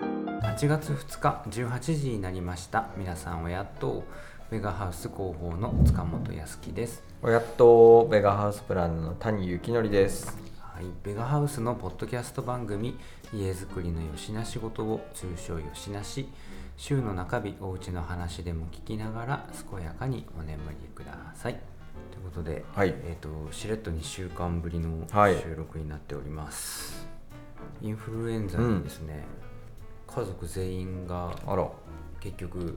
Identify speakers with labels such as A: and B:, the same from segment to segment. A: 8月2日18時になりました皆さんおやっとメガハウス広報の塚本康樹です
B: やっとベガハウスプランの谷幸典です。
A: はい、ベガハウスのポッドキャスト番組「家づくりのよしな仕事を通称よしなし」週の中日おうちの話でも聞きながら健やかにお眠りくださいということで、
B: はい
A: えー、としれっと2週間ぶりの
B: はい
A: 収録になっております、インフルエンザにですね、家族全員が
B: あら、は
A: 結局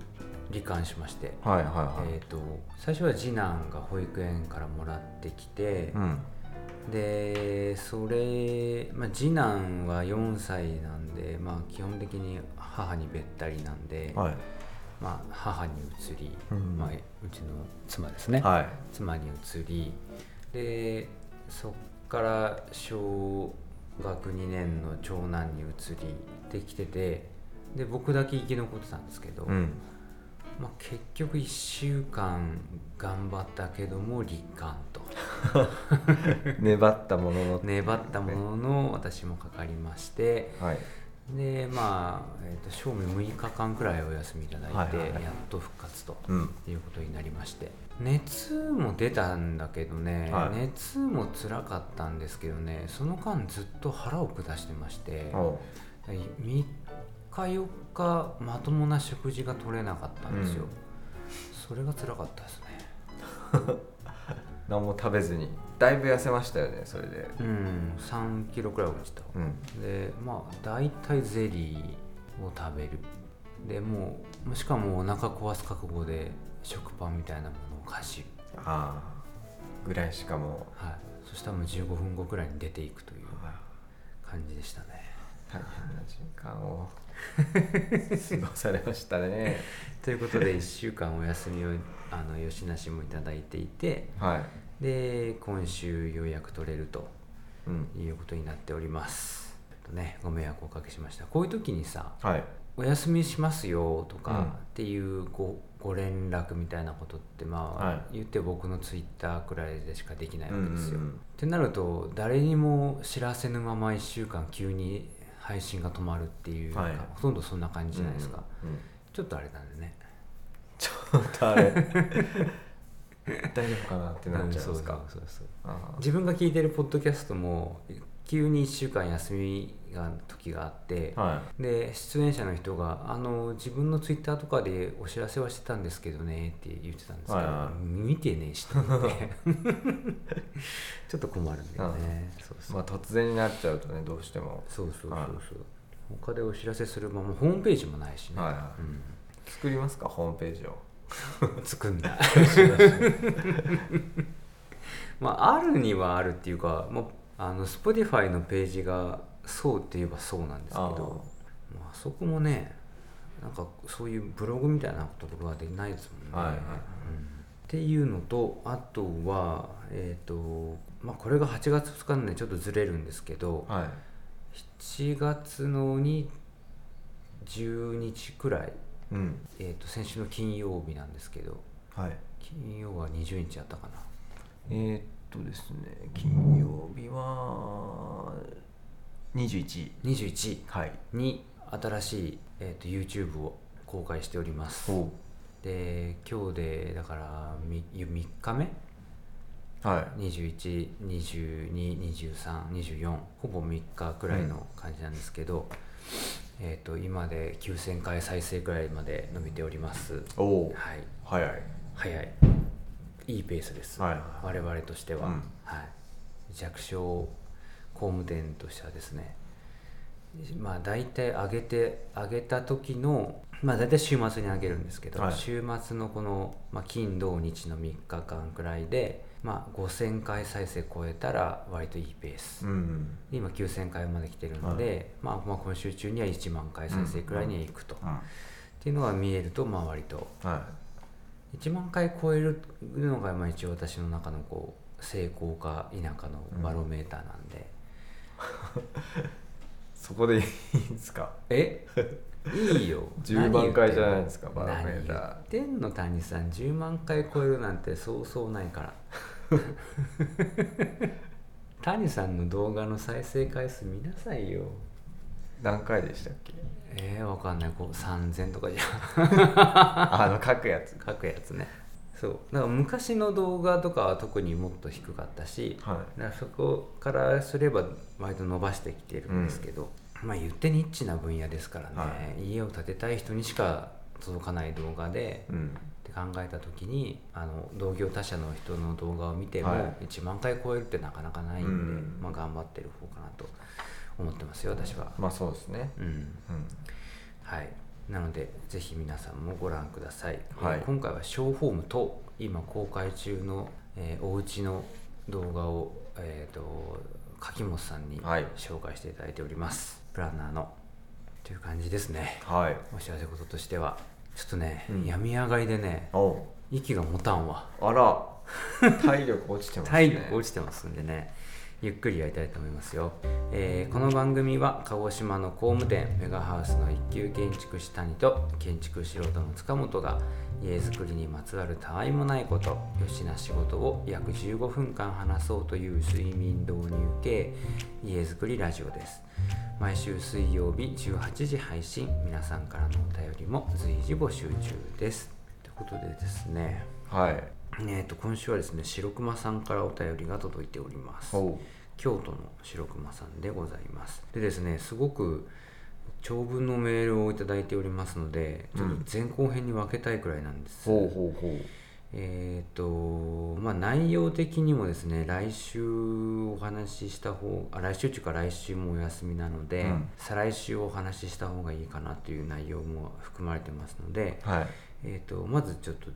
A: 罹患しまして、
B: いはいはい。
A: えー、と最初は次男が保育園からもらってきて、
B: うん、
A: でそれ、まあ、次男は4歳なんで、まあ、基本的に母にべったりなんで、
B: はい、
A: まあ、母に移り、
B: うん
A: まあ、うちの妻ですね、
B: はい、
A: 妻に移りでそっから小学2年の長男に移りできててで僕だけ生き残ってたんですけど、
B: うん、
A: まあ、結局1週間頑張ったけども罹患 と。
B: 粘ったものの、
A: 粘ったものの私もかかりまして
B: はい、
A: でまあ、えー、と正味6日間くらいお休みいただいて、
B: はいはいはい
A: やっと復活と
B: うん、
A: いうことになりまして熱も出たんだけどね、
B: はい
A: 熱も辛かったんですけどねその間ずっと腹を下してまして
B: おう
A: 3日4日まともな食事が取れなかったんですよ、
B: うん
A: それが辛かったですね
B: 何も食べずに、だいぶ痩せましたよね、それで。
A: うん3キロくらい落ちた、
B: うん、
A: でまあ大体ゼリーを食べるでもうしかもお腹壊す覚悟で食パンみたいなものをかじる、
B: ああ、ぐらいしかも
A: はい、そしたらもう15分後くらいに出ていくという
B: う、あ
A: 感じでしたね
B: ー大変な時間 を過ごされましたね。
A: という ことで1週間お休みをあの吉梨もいただいていて
B: はい、
A: で今週ようやく取れると
B: うん、
A: いうことになっておりますちょっとねご迷惑をおかけしましたこういう時にさ
B: はい、
A: お休みしますよと
B: うん
A: かっていうご,、ご連絡みたいなことってまあ、
B: はい
A: 言って僕のツイッターくらいでしかできないわけですよ。
B: うんうんうん
A: ってなると誰にも知らせぬまま1週間急に配信が止まるっていうか、
B: はい
A: ほとんどそんな感じじゃないですか、
B: うん。うん
A: ちょっとあれなんでね
B: ちょっとあれ大丈夫かなってなっちゃいますか
A: うん。そうそうそう
B: あー
A: 自分が聞いてるポッドキャストも急に1週間休みが時があって、
B: はい。
A: で出演者の人があの自分のツイッターとかでお知らせはしてたんですけどねって言ってたんですけど、
B: はいはい
A: 見てねえしと思って ちょっと困るんだよね、そうそう
B: まあ突然になっちゃうとねどうしても
A: そうそうそうそう、
B: はい
A: 他でお知らせする場もホームページもないしね、
B: はいは い作りますかホームページを
A: うん、作んない まああるにはあるっていうか、まあ、あの Spotify のページがそうって言えばそうなんですけどまああそこもねなんかそういうブログみたいなところはできないですもんね。
B: はいはい
A: うんっていうのとあとは、えーとまあ、これが8月2日なんでちょっとずれるんですけど、
B: はい
A: 7月のに10日くらい、
B: うん
A: えー、と先週の金曜日なんですけど
B: はい
A: 金曜は20日やったかな
B: えーっとですね金曜日は21
A: 21
B: はい
A: に新しい、えー、と YouTube を公開しております。
B: お
A: で今日でだからみ3日目
B: はい
A: 21222324ほぼ3日くらいの感じなんですけど、えっ、と今で9000回再生くらいまで伸びております
B: おお
A: はい
B: 早い
A: 早いいいペースです、
B: はいは
A: 我々としては、
B: うん
A: はい、弱小工務店としてはですねまあ大体上げて上げた時のまあ大体週末に上げるんですけど、
B: はい
A: 週末のこの、まあ、金土日の3日間くらいで、まあ、5,000回再生超えたら割といいペース、
B: いうん
A: で今9,000回まで来てるので、
B: は
A: まあ、まあ今週中には1万回再生くらいにはいくと、
B: うん
A: っ
B: は
A: ていうのが見えるとまあ割と1万回超えるのがまあ一応私の中のこう成功か否かのバロメーターなんで、
B: いそこでいいんですか
A: えい いよ
B: 10万回じゃないですか
A: 何言ってんの
B: バロメーター
A: 何言ってんの谷さん10万回超えるなんてそうそうない から谷さんの動画の再生回数見なさいよ
B: 何回でしたっ け
A: えー、わかんないこう3000とかじゃん
B: あの書くやつ
A: 書くやつねそうだから昔の動画とかは特にもっと低かったし、
B: は
A: だからそこからすれば割と伸ばしてきてるんですけど、まあ言ってニッチな分野ですからね、
B: は
A: 家を建てたい人にしか届かない動画で、
B: い、うん、
A: って考えた時にあの同業他社の人の動画を見ても
B: はい
A: 1万回超えるってなかなかないんで、
B: うん
A: まあ、頑張ってる方かなと思ってますよ私は、
B: まあそうですね
A: うん
B: うん
A: はい、なのでぜひ皆さんもご覧ください、
B: はい
A: えー今回はショーホームと今公開中の、えー、おうちの動画を、えー、と柿本さんに
B: はい
A: 紹介していただいております、プランナーのという感じですね
B: はい
A: お知らせ事としてはちょっとね、
B: うん
A: 病み上がりでね
B: お
A: 息が持たんわ
B: あ ら体力落ちてますね
A: 体力
B: ち
A: 落ちてますんでねゆっくりやりたいと思いますよ、えーこの番組は鹿児島の工務店メガハウスの一級建築士谷と建築素人の塚本が家づくりにまつわるたわいもないことよしな仕事を約15分間話そうという睡眠導入系家づくりラジオです毎週水曜日18時配信皆さんからのお便りも随時募集中ですということでですね
B: はい
A: えー、と今週はですね白熊さんからお便りが届いております
B: おう
A: 京都の白熊さんでございますでですねすごく長文のメールを頂いただいておりますのでちょっと前後編に分けたいくらいなんです、
B: ほうほうほう
A: えっ、とまあ内容的にもですね来週お話しした方あ来週中か来週もお休みなので、
B: うん
A: 再来週お話しした方がいいかなという内容も含まれてますので、
B: はい
A: えー、とまずちょっと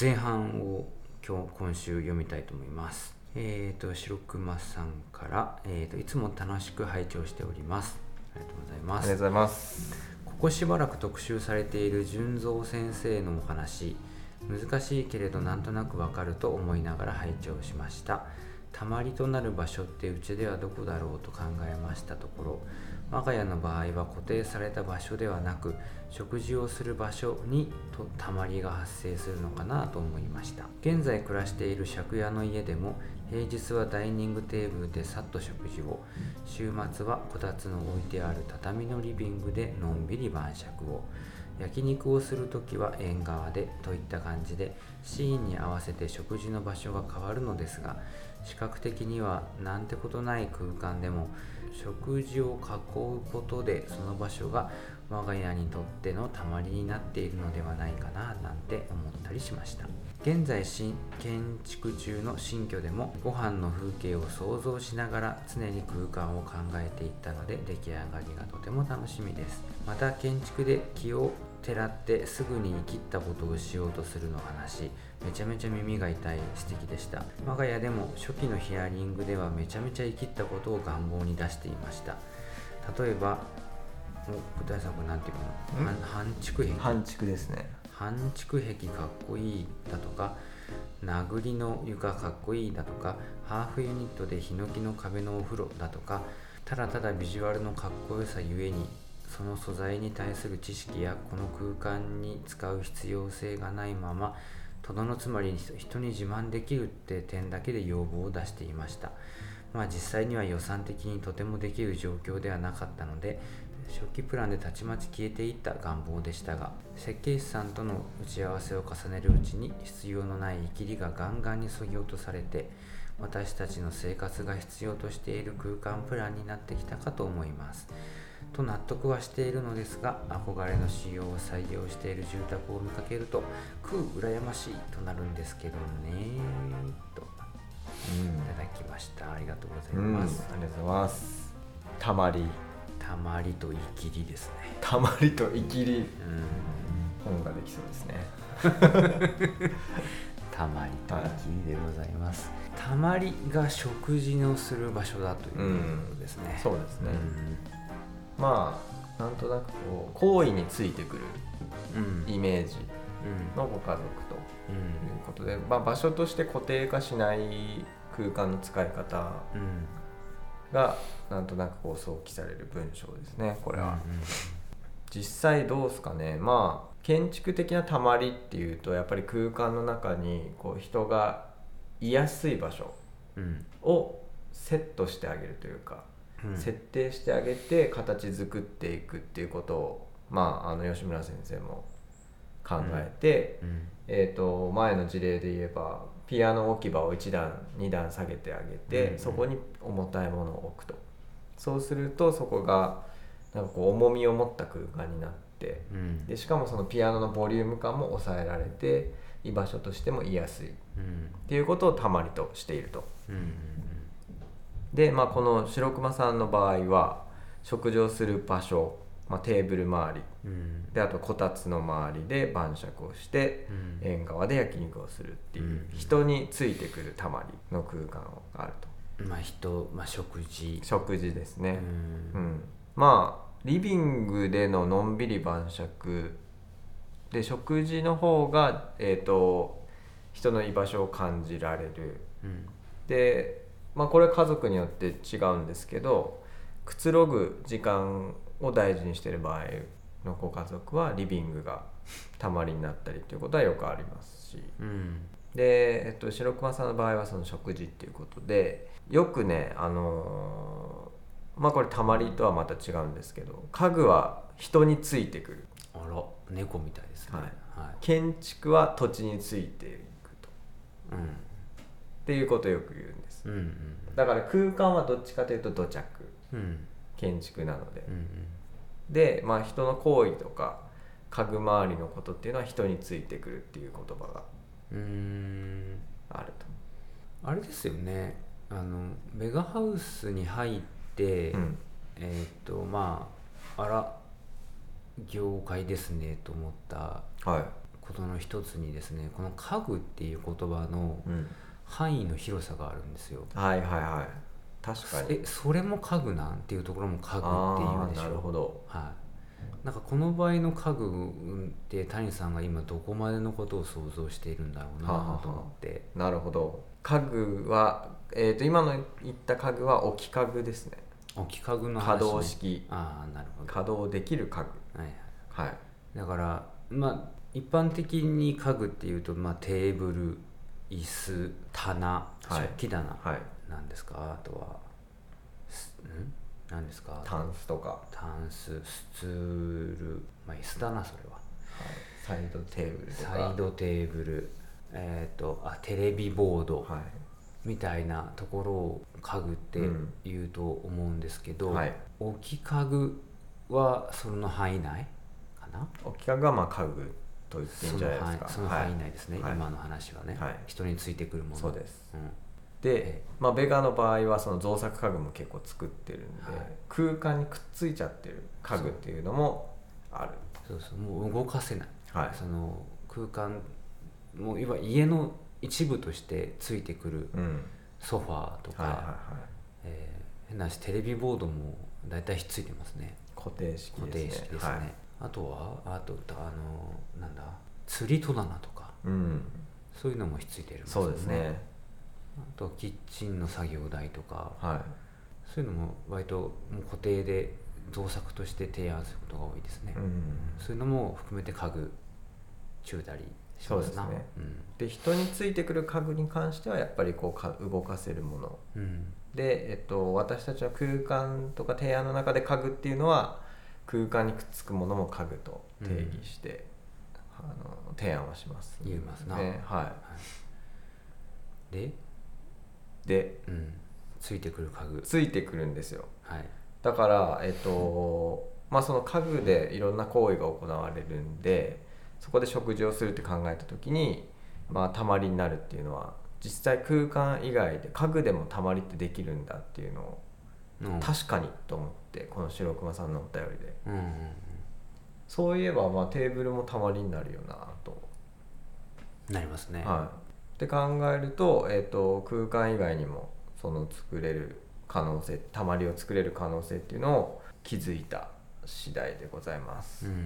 A: 前半を今日今週読みたいと思います。えー、と白熊さんから、えーと「いつも楽しく拝聴しております」ありがとうござい
B: あ
A: ま
B: り
A: す
B: がとうご。ざいます
A: ここしばらく特集されている純三先生のお話難しいけれどなんとなくわかると思いながら拝聴しましたたまりとなる場所ってうちではどこだろうと考えましたところ我が家の場合は固定された場所ではなく食事をする場所にとたまりが発生するのかなと思いました現在暮らしている借家の家でも平日はダイニングテーブルでさっと食事を週末はこたつの置いてある畳のリビングでのんびり晩酌を焼肉をする時は縁側でといった感じでシーンに合わせて食事の場所が変わるのですが視覚的にはなんてことない空間でも食事を囲うことでその場所が我が家にとってのたまりになっているのではないかななんて思ったりしました現在新建築中の新居でもご飯の風景を想像しながら常に空間を考えていったので出来上がりがとても楽しみですまた建築で気をてらってすぐに生きったことをしようとするの話めちゃめちゃ耳が痛い素敵でした我が家でも初期のヒアリングではめちゃめちゃ生きったことを願望に出していました例えばお舞台さんこれなんていうの
B: ん
A: 半半築壁
B: 半築ですね
A: 半築壁かっこいいだとか殴りの床かっこいいだとかハーフユニットでヒノキの壁のお風呂だとかただただビジュアルのかっこよさゆえにその素材に対する知識やこの空間に使う必要性がないままとどのつまり人に自慢できるって点だけで要望を出していましたまあ実際には予算的にとてもできる状況ではなかったので初期プランでたちまち消えていった願望でしたが設計士さんとの打ち合わせを重ねるうちに必要のない生きりがガンガンに削ぎ落とされて私たちの生活が必要としている空間プランになってきたかと思いますと納得はしているのですが憧れの仕様を採用している住宅を見かけると「くう羨ましい」となるんですけどねといただきましたありがとうござい
B: うん、うん、あ
A: ま
B: り
A: す、
B: がとうございますたまり
A: たまりと生きりですね
B: たまりと生き
A: う
B: り
A: ん
B: 本ができそうですね
A: たまりときりでございます、たまりが食事のする場所だということですね、
B: そうですね、
A: うん
B: まあなんとなくこう行為についてくる
A: うんうん
B: イメージ
A: うん
B: のご家族ということで、まあ、場所として固定化しない空間の使い方
A: うん
B: がなんとなくこう想起される文章ですねこ
A: こ
B: れは、実際どうですかねまあ建築的なたまりっていうとやっぱり空間の中にこう人が居やすい場所
A: うん
B: をセットしてあげるというか
A: うん
B: 設定してあげて形作っていくっていうことを、まあ、あの吉村先生も考えて、
A: うん
B: えー、と前の事例で言えばピアノ置き場を1段2段下げてあげて、
A: うんうん
B: そこに重たいものを置くとそうするとそこがなんかこう重みを持った空間になって
A: うん
B: でしかもそのピアノのボリューム感も抑えられて居場所としても居やすいっ
A: うん
B: ていうことをたまりとしていると。
A: うんうん
B: で、まあ、この白熊さんの場合は食事をする場所、まあ、テーブル周り
A: うんうん
B: であとこたつの周りで晩酌をして
A: うん
B: 縁側で焼肉をするっていう、
A: うん
B: 人についてくるたまりの空間があると
A: まあ人、まあ、食事、
B: 食事です
A: う
B: ね、うん
A: ん
B: まあリビングでののんびり晩酌で食事の方が、えー、と人の居場所を感じられる
A: うん
B: で、まあ、これは家族によって違うんですけどくつろぐ時間を大事にしている場合のご家族はリビングがたまりになったりということはよくありますし
A: うん
B: で、えっと、白熊さんの場合はその食事っていうことでよくねあのーまあこれたまりとはまた違うんですけど家具は人についてくる
A: あら猫みたいですね
B: はい
A: は
B: 建築は土地についていくと
A: いうん
B: っていうことをよく言うんです
A: うん
B: だから空間はどっちかというと土着
A: うんうん
B: 建築なので
A: うん
B: で、まあ、人の行為とか家具周りのことっていうのは人についてくるっていう言葉が
A: うんうーん
B: あると、
A: あれですよねあのベガハウスに入って、
B: うん
A: えーっとまああら業界ですねと思った
B: はい
A: ことの一つにですねこの家具っていう言葉の
B: うん、
A: 範囲の広さがあるんですよ
B: はいはいはい確かに
A: えそれも家具なんていうところも家具ってい
B: あ
A: う
B: あ
A: でしょ
B: なるほど
A: はい、なんかこの場合の家具って谷さんが今どこまでのことを想像しているんだろう
B: はあは
A: な
B: あ
A: と思って
B: なるほど家具は、えー、と今の言った家具は置き家具ですね
A: 置き家具の話、ね、
B: 可動式
A: ああなるほど、
B: 稼働できる家具
A: はいはい、
B: はい
A: だからまあ一般的に家具っていうと、まあ、テーブル椅子棚
B: はい
A: 食器棚、
B: はい
A: なんですかあとはすん何ですか
B: タンスとか、は、
A: タンススツール、まあ、椅子だなそれはい
B: サイドテーブルとか
A: サイドテーブルえっ、とあテレビボード
B: は
A: みたいなところを家具って言うと思うんですけ
B: い、
A: ど、
B: はい、
A: 置き家具はその範囲内かな
B: 置き家具はまあ家具と言っていい
A: そ
B: んじ
A: の
B: ゃな
A: 範囲
B: いですか
A: その範囲内ですね、
B: はい
A: 今の話はね、
B: はい
A: 人についてくるもの
B: そうです、
A: うん
B: で、まあ、ベガの場合はその造作家具も結構作ってるんで、
A: はい
B: 空間にくっついちゃってる家具っていうのもある
A: そうそうもう動かせない、
B: はい
A: その空間もういわゆる家の一部としてついてくる
B: うん
A: ソファーとか、
B: はいはいはい
A: えー変な話テレビボードも大体ひっついてますね
B: 固定式
A: 固定
B: で
A: 式
B: すね
A: ですね
B: はい
A: あとはあとあのなんだ釣り戸棚とか
B: うん
A: そういうのもひっついてるん
B: そうですね
A: あとキッチンの作業台とか
B: は
A: そういうのも割ともう固定で造作として提案することが多いですね、
B: い、うん、
A: そういうのも含めて家具中たりしますな
B: そうですね
A: ん
B: で人についてくる家具に関してはやっぱりこうか動かせるもの
A: うん
B: で、えっと、私たちは空間とか提案の中で家具っていうのは空間にくっつくものも家具と定義して、あの提案はします
A: 言いますな
B: ねは
A: で、
B: い、で
A: うん、ついてくる家具
B: ついてくるんですよ
A: はい
B: だからえっとまあその家具でいろんな行為が行われるんでそこで食事をするって考えた時にまあたまりになるっていうのは実際空間以外で家具でもたまりってできるんだっていうのを
A: の
B: 確かにと思ってこの白熊さんのお便りで
A: うんうんうん
B: そういえばまあテーブルもたまりになるよなと、
A: なりますね、
B: はい、って考えると,、えっと空間以外にもその作れる可能性たまりを作れる可能性っていうのを気づいた次第でございます。
A: うん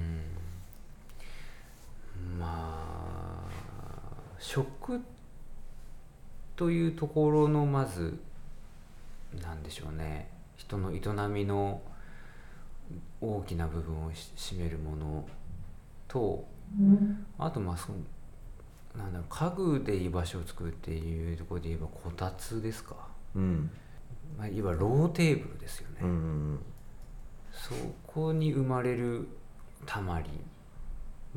A: まあ食というところのまずなんでしょうね人の営みの大きな部分をし占めるものとあとまあそのなんだろう家具で居場所を作るっていうところで言えばこたつですか
B: うん、
A: まあ、いわゆるローテーブルですよね、
B: うん
A: そこに生まれるたまり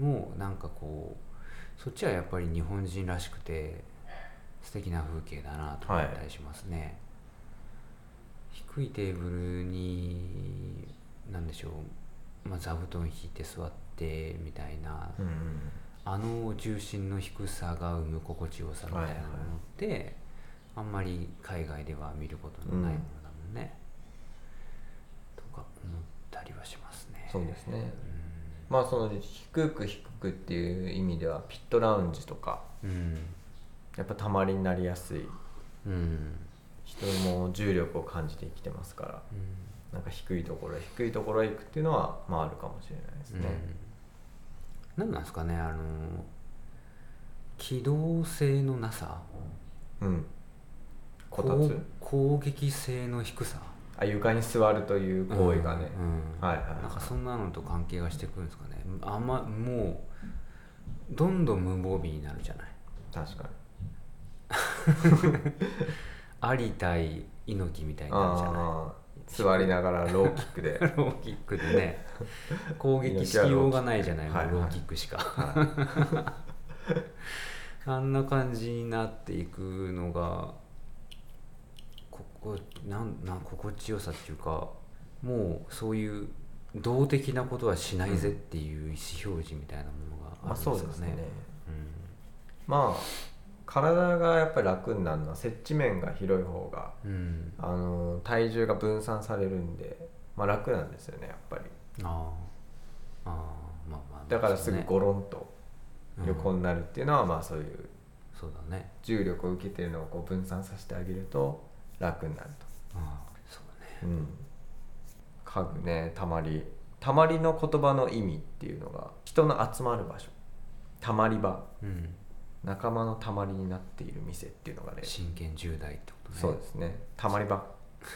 A: もなんかこうそっちはやっぱり日本人らしくて素敵な風景だなと思ったりしますね、低いテーブルに何でしょう、まあ、座布団引いて座ってみたいな、
B: うん
A: あの重心の低さが生む心地よさみたいなものって、あんまり海外では見ることのないものだもんね、とか思ったりはしますね
B: そうですね
A: う
B: まあその低く低くっていう意味ではピットラウンジとか
A: ん
B: やっぱたまりになりやすい
A: うん、うん
B: 人も重力を感じて生きてますからなんか低いところへ低いところへ行くっていうのはまああるかもしれないです
A: うん
B: ね、
A: 何なんですかねあの機動性のなさ
B: うんこた
A: 攻
B: つ
A: 攻撃性の低さ
B: あ床に座るという行為がね、
A: うんうん
B: はいはい
A: なんかそんなのと関係がしてくるんですかねあんまもうどんどん無防備になるじゃない
B: 確かに
A: あり対猪木みたいになるじゃない
B: ああ座りながらローキックで
A: ローキックで ね攻撃しようがないじゃない
B: 猪木は
A: もう
B: ロ
A: ロ
B: ー
A: ーキ
B: キ
A: ックしか、
B: は
A: あんな感じになっていくのがここなんなん心地よさっていうかもうそういう動的なことはしないぜっていう意思表示みたいなも
B: い
A: のが
B: ま
A: あ
B: あ
A: る
B: そ
A: んで
B: う
A: す
B: で
A: か
B: す
A: ね
B: ね。
A: うん
B: まあ体がやっぱり楽になるのは接地面が広い方が
A: うん、
B: あの体重が分散されるんで、まあ、楽なんですよねやっぱり
A: ああああまあまあ
B: だからすぐゴロンと横
A: うん
B: になるっていうのは、まあそういう
A: そうだね
B: 重力を受けてるのをこう分散させてあげると楽になる
A: ああそうだね
B: と、うん、家具ねたまりたまりの言葉の意味っていうのが人の集まる場所たまり場
A: うん
B: 仲間のたまりになっている店っていうのがね
A: 真剣10代ってことね
B: そうですねたまり場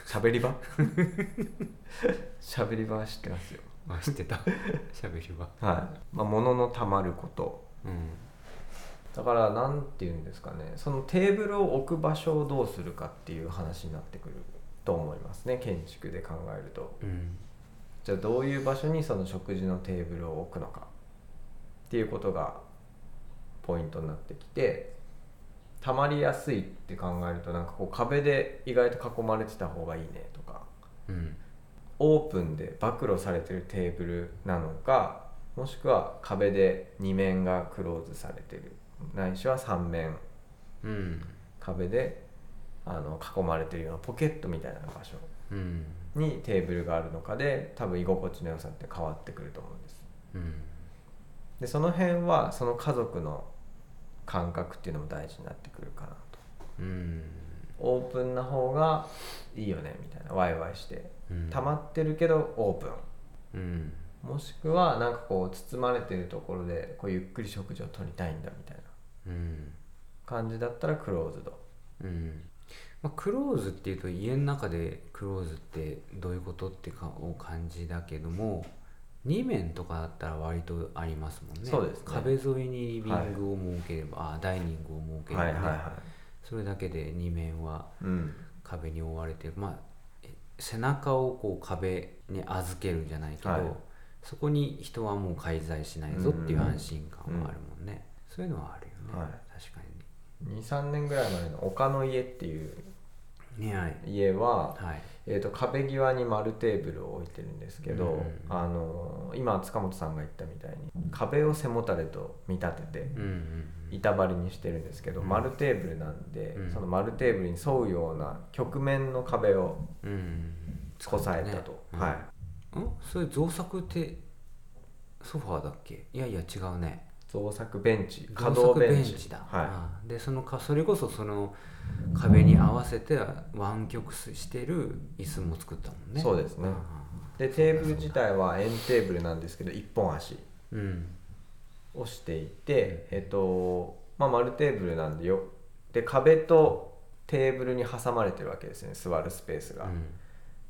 B: しゃべり場 しゃべり場は知ってますよ
A: あ知ってた 喋りは
B: はい、まあ、物のたまること
A: うん
B: だから何て言うんですかねそのテーブルを置く場所をどうするかっていう話になってくると思いますね建築で考えると
A: うん
B: じゃあどういう場所にその食事のテーブルを置くのかっていうことがポイントになってきてたまりやすいって考えるとなんかこう壁で意外と囲まれてた方がいいねとか
A: うん
B: オープンで暴露されてるテーブルなのかもしくは壁で2面がクローズされてるないしは3面
A: うん
B: 壁であの囲まれてるようなポケットみたいな場所
A: うん
B: にテーブルがあるのかで多分居心地の良さって変わってくると思うんです
A: うん
B: でその辺はその家族の感覚っていうのも大事になってくるかなと
A: うん
B: オープンな方がいいよねみたいなワイワイして
A: うん
B: 溜まってるけどオープン
A: うん
B: もしくはなんかこう包まれてるところでこうゆっくり食事をとりたいんだみたいな
A: うん
B: 感じだったらクローズド
A: うんまあ、クローズっていうと家の中でクローズってどういうことってかを感じだけども2面とかだったら割とありますもんね
B: そうですね
A: 壁沿いにリビングを設ければ、あダイニングを設ければ、ねそれだけで2面はい
B: うん
A: 壁に覆われてるまあえ背中をこう壁に預けるんじゃないけど、
B: はい
A: そこに人はもう介在しないぞっていう安心感はあるもんね、そういうのはあるよね、
B: はい
A: 確か
B: 23年ぐらい前の丘の家っていう
A: にねはい
B: 家は、
A: はい
B: えー、と壁際に丸テーブルを置いてるんですけど、
A: うん
B: あのー今塚本さんが言ったみたいに壁を背もたれと見立てて
A: うんうん
B: 板張りにしてるんですけど、
A: うん
B: 丸テーブルなんで、
A: うん
B: その丸テーブルに沿うような局面の壁を
A: うんうん
B: こさえたと、
A: うん
B: はい
A: んそれ造作ってソファーだっけいやいや違うね
B: 造作ベンチ
A: 造
B: 可動
A: 作
B: ベ
A: ベ
B: ン
A: ン
B: チ
A: チだ、
B: は
A: ああでそのかそれこそその壁に合わせて湾曲してる椅子も作ったもん
B: い、
A: ね
B: そうですね
A: あ
B: でテーブル自体は円テーブルなんですけど一本足
A: あうん
B: をしていて、えっとまあ、丸テーブルなんでよで壁とテーブルに挟まれてるわけですね座るスペース
A: う
B: が、
A: ん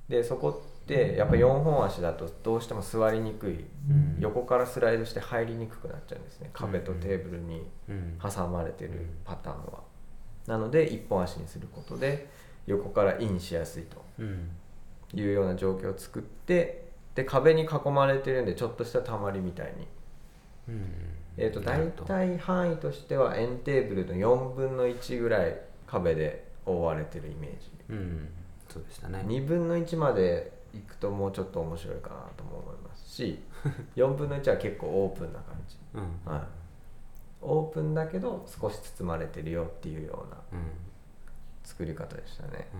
B: でそこってやっぱ4本足だとどうしても座りにくい
A: うん
B: 横からスライドして入りにくくなっちゃうんですね壁とテーブルに
A: うん
B: 挟まれてるパターンはなので1本足にすることで横からインしやすいと
A: うん
B: いうような状況を作ってで壁に囲まれてるんでちょっとしたたまりみたいに、
A: うん
B: えー、と
A: なる
B: 大
A: ほど
B: 体範囲としては円テーブルの4分の1ぐらい壁で覆われてるイメージ
A: うんそうでしたね
B: 2分の1まで行くともうちょっと面白いかなとも思いま すし4分の1は結構オープンな感じ、
A: うん
B: はい、オープンだけど少し包まれてるよっていうような
A: うん
B: 作り方でしたね
A: うん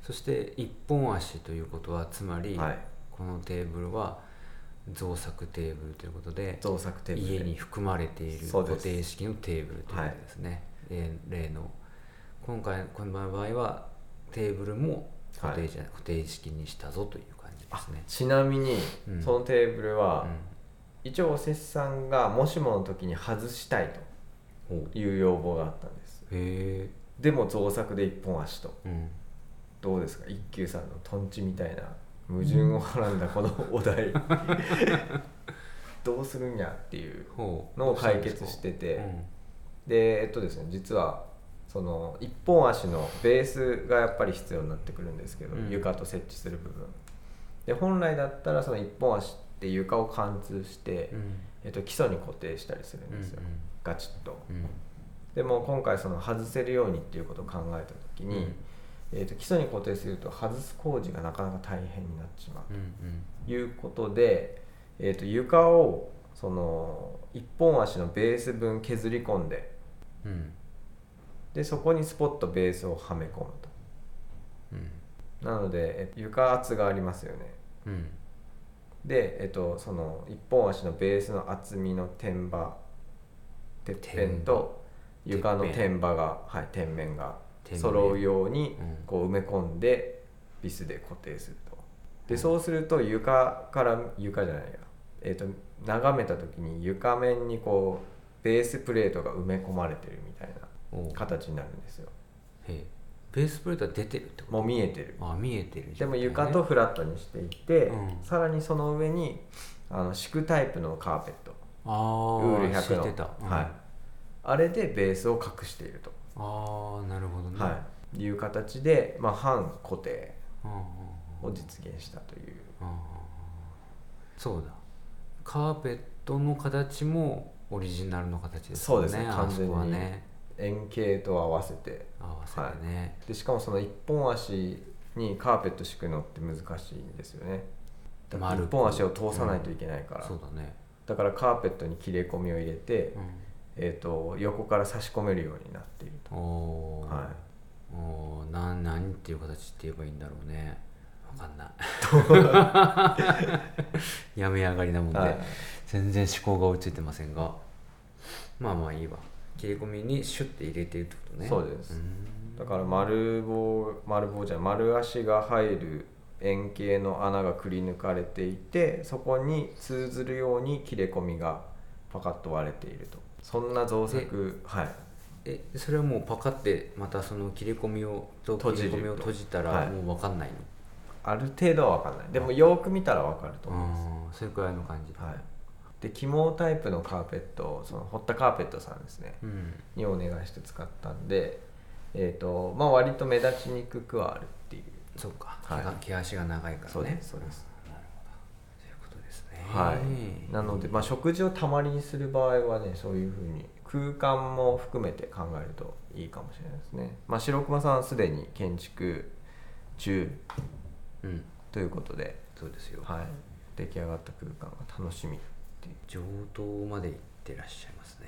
A: そして一本足ということはつまり、
B: はい
A: このテーブルは造作テーブルということで
B: 造作テーブルで
A: 家に含まれている
B: そうです
A: 固定式のテーブルということですね、えー例の今回この場合はテーブルも固定じゃ、固定式にしたぞという感じですね
B: ちなみに、
A: うん
B: そのテーブルは、
A: う
B: 一応おせっさんがもしもの時に外したい
A: んほう
B: という要望があったんです
A: へえ
B: でも造作で一本足と
A: うん
B: どうですか一休さんのとんちみたいな矛盾をはらんだこのお題どうするんやっていう
A: ほう
B: のを解決してて、
A: うん
B: でえっとですね実はその一本足のベースがやっぱり必要になってくるんですけど、
A: うん
B: 床と設置する部分で本来だったらその一本足って床を貫通して、
A: うん
B: えっと、基礎に固定したりするんですよ、
A: うんうん
B: ガチッと
A: うん
B: でも今回その外せるようにっていうことを考えた時に、
A: うん
B: えっと、基礎に固定すると外す工事がなかなか大変になってしまう
A: うん
B: ということで、えっと、床をその一本足のベース分削り込んで
A: うんうん
B: でそこにスポットベースをはめ込む
A: うん
B: となのでえ床厚がありますよね
A: うん
B: で、えっと、その一本足のベースの厚みの天場てっぺんと
A: 天
B: 床の
A: てっぺん
B: 天場がはい天面が
A: 天面
B: 揃うように
A: うん
B: こう埋め込んでビスで固定するとでそうすると床から床じゃないや、えっと眺めた時に床面にこうベースプレートが埋め込まれてるみたい
A: おう
B: な形になるんですよ
A: へえベースプレートは出てるってこ
B: もう見えてる
A: とあ見えてる
B: でも床とフラットにしていて、
A: うん
B: さらにその上にあの敷くタイプのカーペット
A: ああ
B: ウール100の
A: 敷いてた、うん
B: はい、あれでベースを隠していると、
A: ああなるほどね、
B: はい、いう形で、まあ、半固定
A: うんうんうん
B: を実現したという
A: うんそうだカーペットの形もオリジナルの形ですよ
B: そう
A: ね
B: ですね
A: あ
B: 完
A: そ
B: 全
A: こは
B: に
A: ね
B: 円形と合わせて
A: 合わせてね、
B: でしかもその一本足にカーペット敷くのって難しいんですよねだから
A: 丸く
B: 一本足を通さないといけないから、
A: そうだね、
B: だからカーペットに切れ込みを入れて
A: う、
B: えー、と横から差し込めるようになっている
A: ん、お
B: と、
A: ー、
B: はい、
A: おーな何っていう形って言えばいいんだろうね分かんない やめ上がりなもんで、
B: はい
A: 全然思考が追いついてませんがまあまあいいわ切れ込みにシュッて入れてるってことね
B: そうです
A: ん
B: だから丸棒丸棒じゃない丸足が入る円形の穴がくり抜かれていてそこに通ずるように切れ込みがパカッと割れているとそんな造作はい
A: えそれはもうパカってまたその切れ込みをと
B: 閉
A: 切
B: じ
A: れ
B: る
A: 込みを閉じた
B: は
A: ら
B: い
A: もう分かんないの、
B: ある程度は分かんないでもよーく見たら分かると思います、
A: あーそれくらいの感じ、
B: はい、で肝タイプのカーペットそのホッタカーペットさんですね
A: うん
B: にお願いして使ったんでえっ、とまあ割と目立ちにくくはあるっていう
A: そうか、
B: はい
A: 毛が毛足が長いからね
B: そうですそうです
A: なるほどそういうことですね
B: はい、なので、まあ、食事をたまりにする場合はねそういうふうに空間も含めて考えるといいかもしれないですね、まあ、白熊さんはすでに建築中
A: うん
B: ということで、
A: そうですよ、
B: はい、出来上がった空間が楽しみっていう
A: 上等まで行ってらっしゃいますね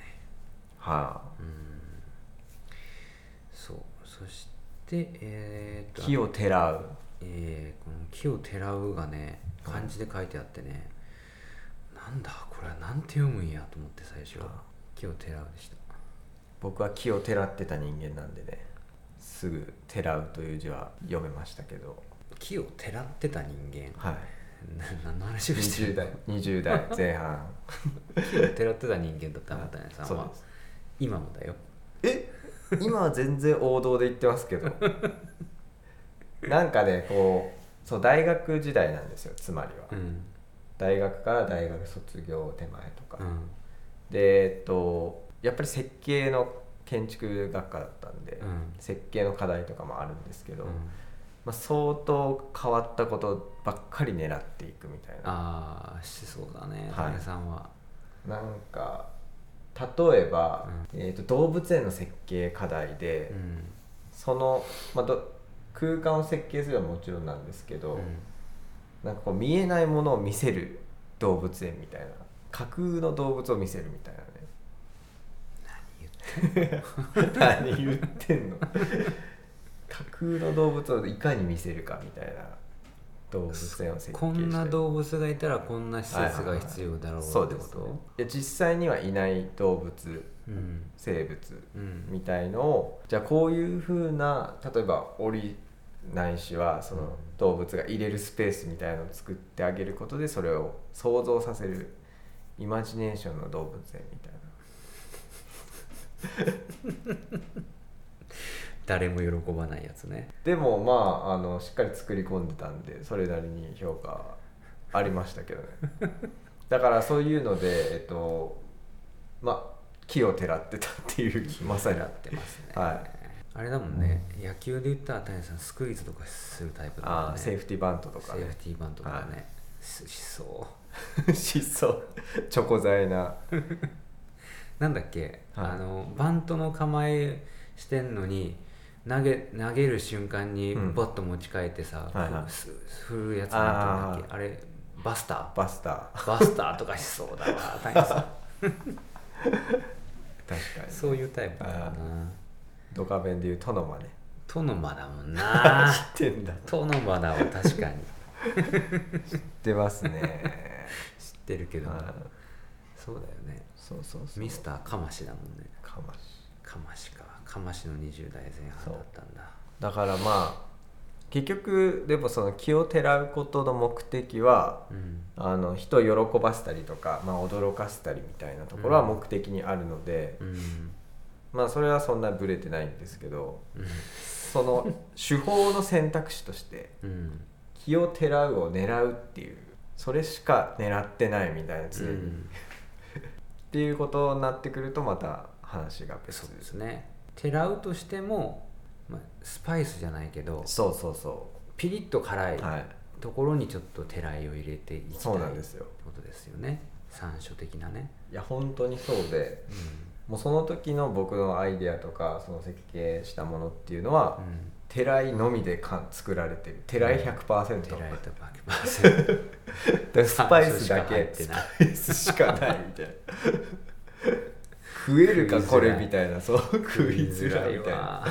B: は
A: う
B: い、
A: んそうそしてえー、と
B: 木をてらう
A: えーこの「木をてらう」がね漢字で書いてあってね、なんだこれはなんて読むんやと思って最初
B: あ
A: 「木をてらう」でした
B: 僕は木をてらってた人間なんでねすぐ「てらう」という字は読めましたけど、
A: 木をてらってた人間
B: はい、
A: な何の話をして
B: 20
A: る
B: 代20代 前半
A: 木をてらってた人間だったの谷さん
B: そう
A: は
B: です
A: 今もだよ
B: え今は全然王道で言ってますけどなんかねこうそう大学時代なんですよつまりは、
A: うん
B: 大学から大学卒業手前とか、
A: うん
B: でえっとやっぱり設計の建築学科だったんで、
A: うん
B: 設計の課題とかもあるんですけど、
A: うん
B: まあ、相当変わったことばっかり狙っていくみたいな
A: ああしそうだね
B: はい
A: 谷さんは
B: なんか例えば、えー、と動物園の設計課題で、
A: うん
B: その、まあ、ど空間を設計するのはもちろんなんですけど、
A: うん
B: なんかこう見えないものを見せる動物園みたいな架空の動物を見せるみたいなね何言ってんの架空の動物をいかに見せるかみたいな動物園を設計したり
A: こんな動物がいたらこんな施設が必要だろうって
B: そう
A: こ
B: です、ね
A: と、
B: いや実際にはいない動物
A: うん
B: 生物
A: うん
B: みたいのをじゃあこういうふうな例えば檻ないしはそ
A: うん
B: の動物が入れるスペースみたいのを作ってあげることでそれを想像させるイマジネーションの動物園みたいな
A: 誰も喜ばないやつね
B: でもまああのしっかり作り込んでたんでそれなりに評価ありましたけど ねだからそういうのでえっとまあ木をてらってたっていうまさに
A: なってますね
B: はい
A: あれだもんね、野球で言ったら谷さんスクイズとかするタイプだも
B: あ
A: ん
B: ー
A: ね
B: セーフティーバントと
A: セ
B: か
A: ー
B: ね
A: フティーバントとかね、
B: は
A: ししそう
B: 疾走チョコ材な
A: なんだっけ、
B: はい
A: あのバントの構えしてんのに投げ投げる瞬間に
B: うん
A: バット持ち替えてさ、
B: はいはい
A: ふす振るやつなんて言うんだっけあれバスタ
B: バスター
A: ーバスターとかしそうだわ谷さ
B: 確
A: ん
B: かに
A: そういうタイプだな
B: あドカベンでいうトノマね
A: 殿間だもんな
B: 知ってんだ
A: 殿間だわ確かに
B: 出ますね
A: 知ってるけど
B: あー
A: そうだよね
B: そうそうそう
A: ミスターかましだもんね
B: かまし
A: かましかかましの20代前半だったんだ
B: だからまあ結局でもその気をてらうことの目的は
A: うん
B: あの人を喜ばせたりとか、まあ、驚かせたりみたいなところは目的にあるので、
A: うん
B: まあそれはそんなブレてないんですけど
A: うん
B: その手法の選択肢として
A: うん
B: 気をてらうを狙うっていうそれしか狙ってないみたいな常に、
A: う
B: っ
A: ん
B: ていうことになってくるとまた話が別
A: そうですねてらうとしても、まあ、スパイスじゃないけど
B: そうそうそ
A: ピリッと辛
B: う
A: い
B: はい
A: ところにちょっとてらいを入れていきたい
B: そうなんで
A: っ
B: すよ
A: てことですよね山椒的なね、
B: いや本当にそうでもうその時の僕のアイデアとかその設計したものっていうのは、
A: うんうん、
B: てらいのみでかん作られてるてらい100%、
A: てらいとバケバケ
B: でスパイスだ
A: 山椒しか入っ
B: け
A: て
B: ス
A: ない
B: パイスしかないみたいな食えるかこれみたいなそう食いづらいみたいな
A: わ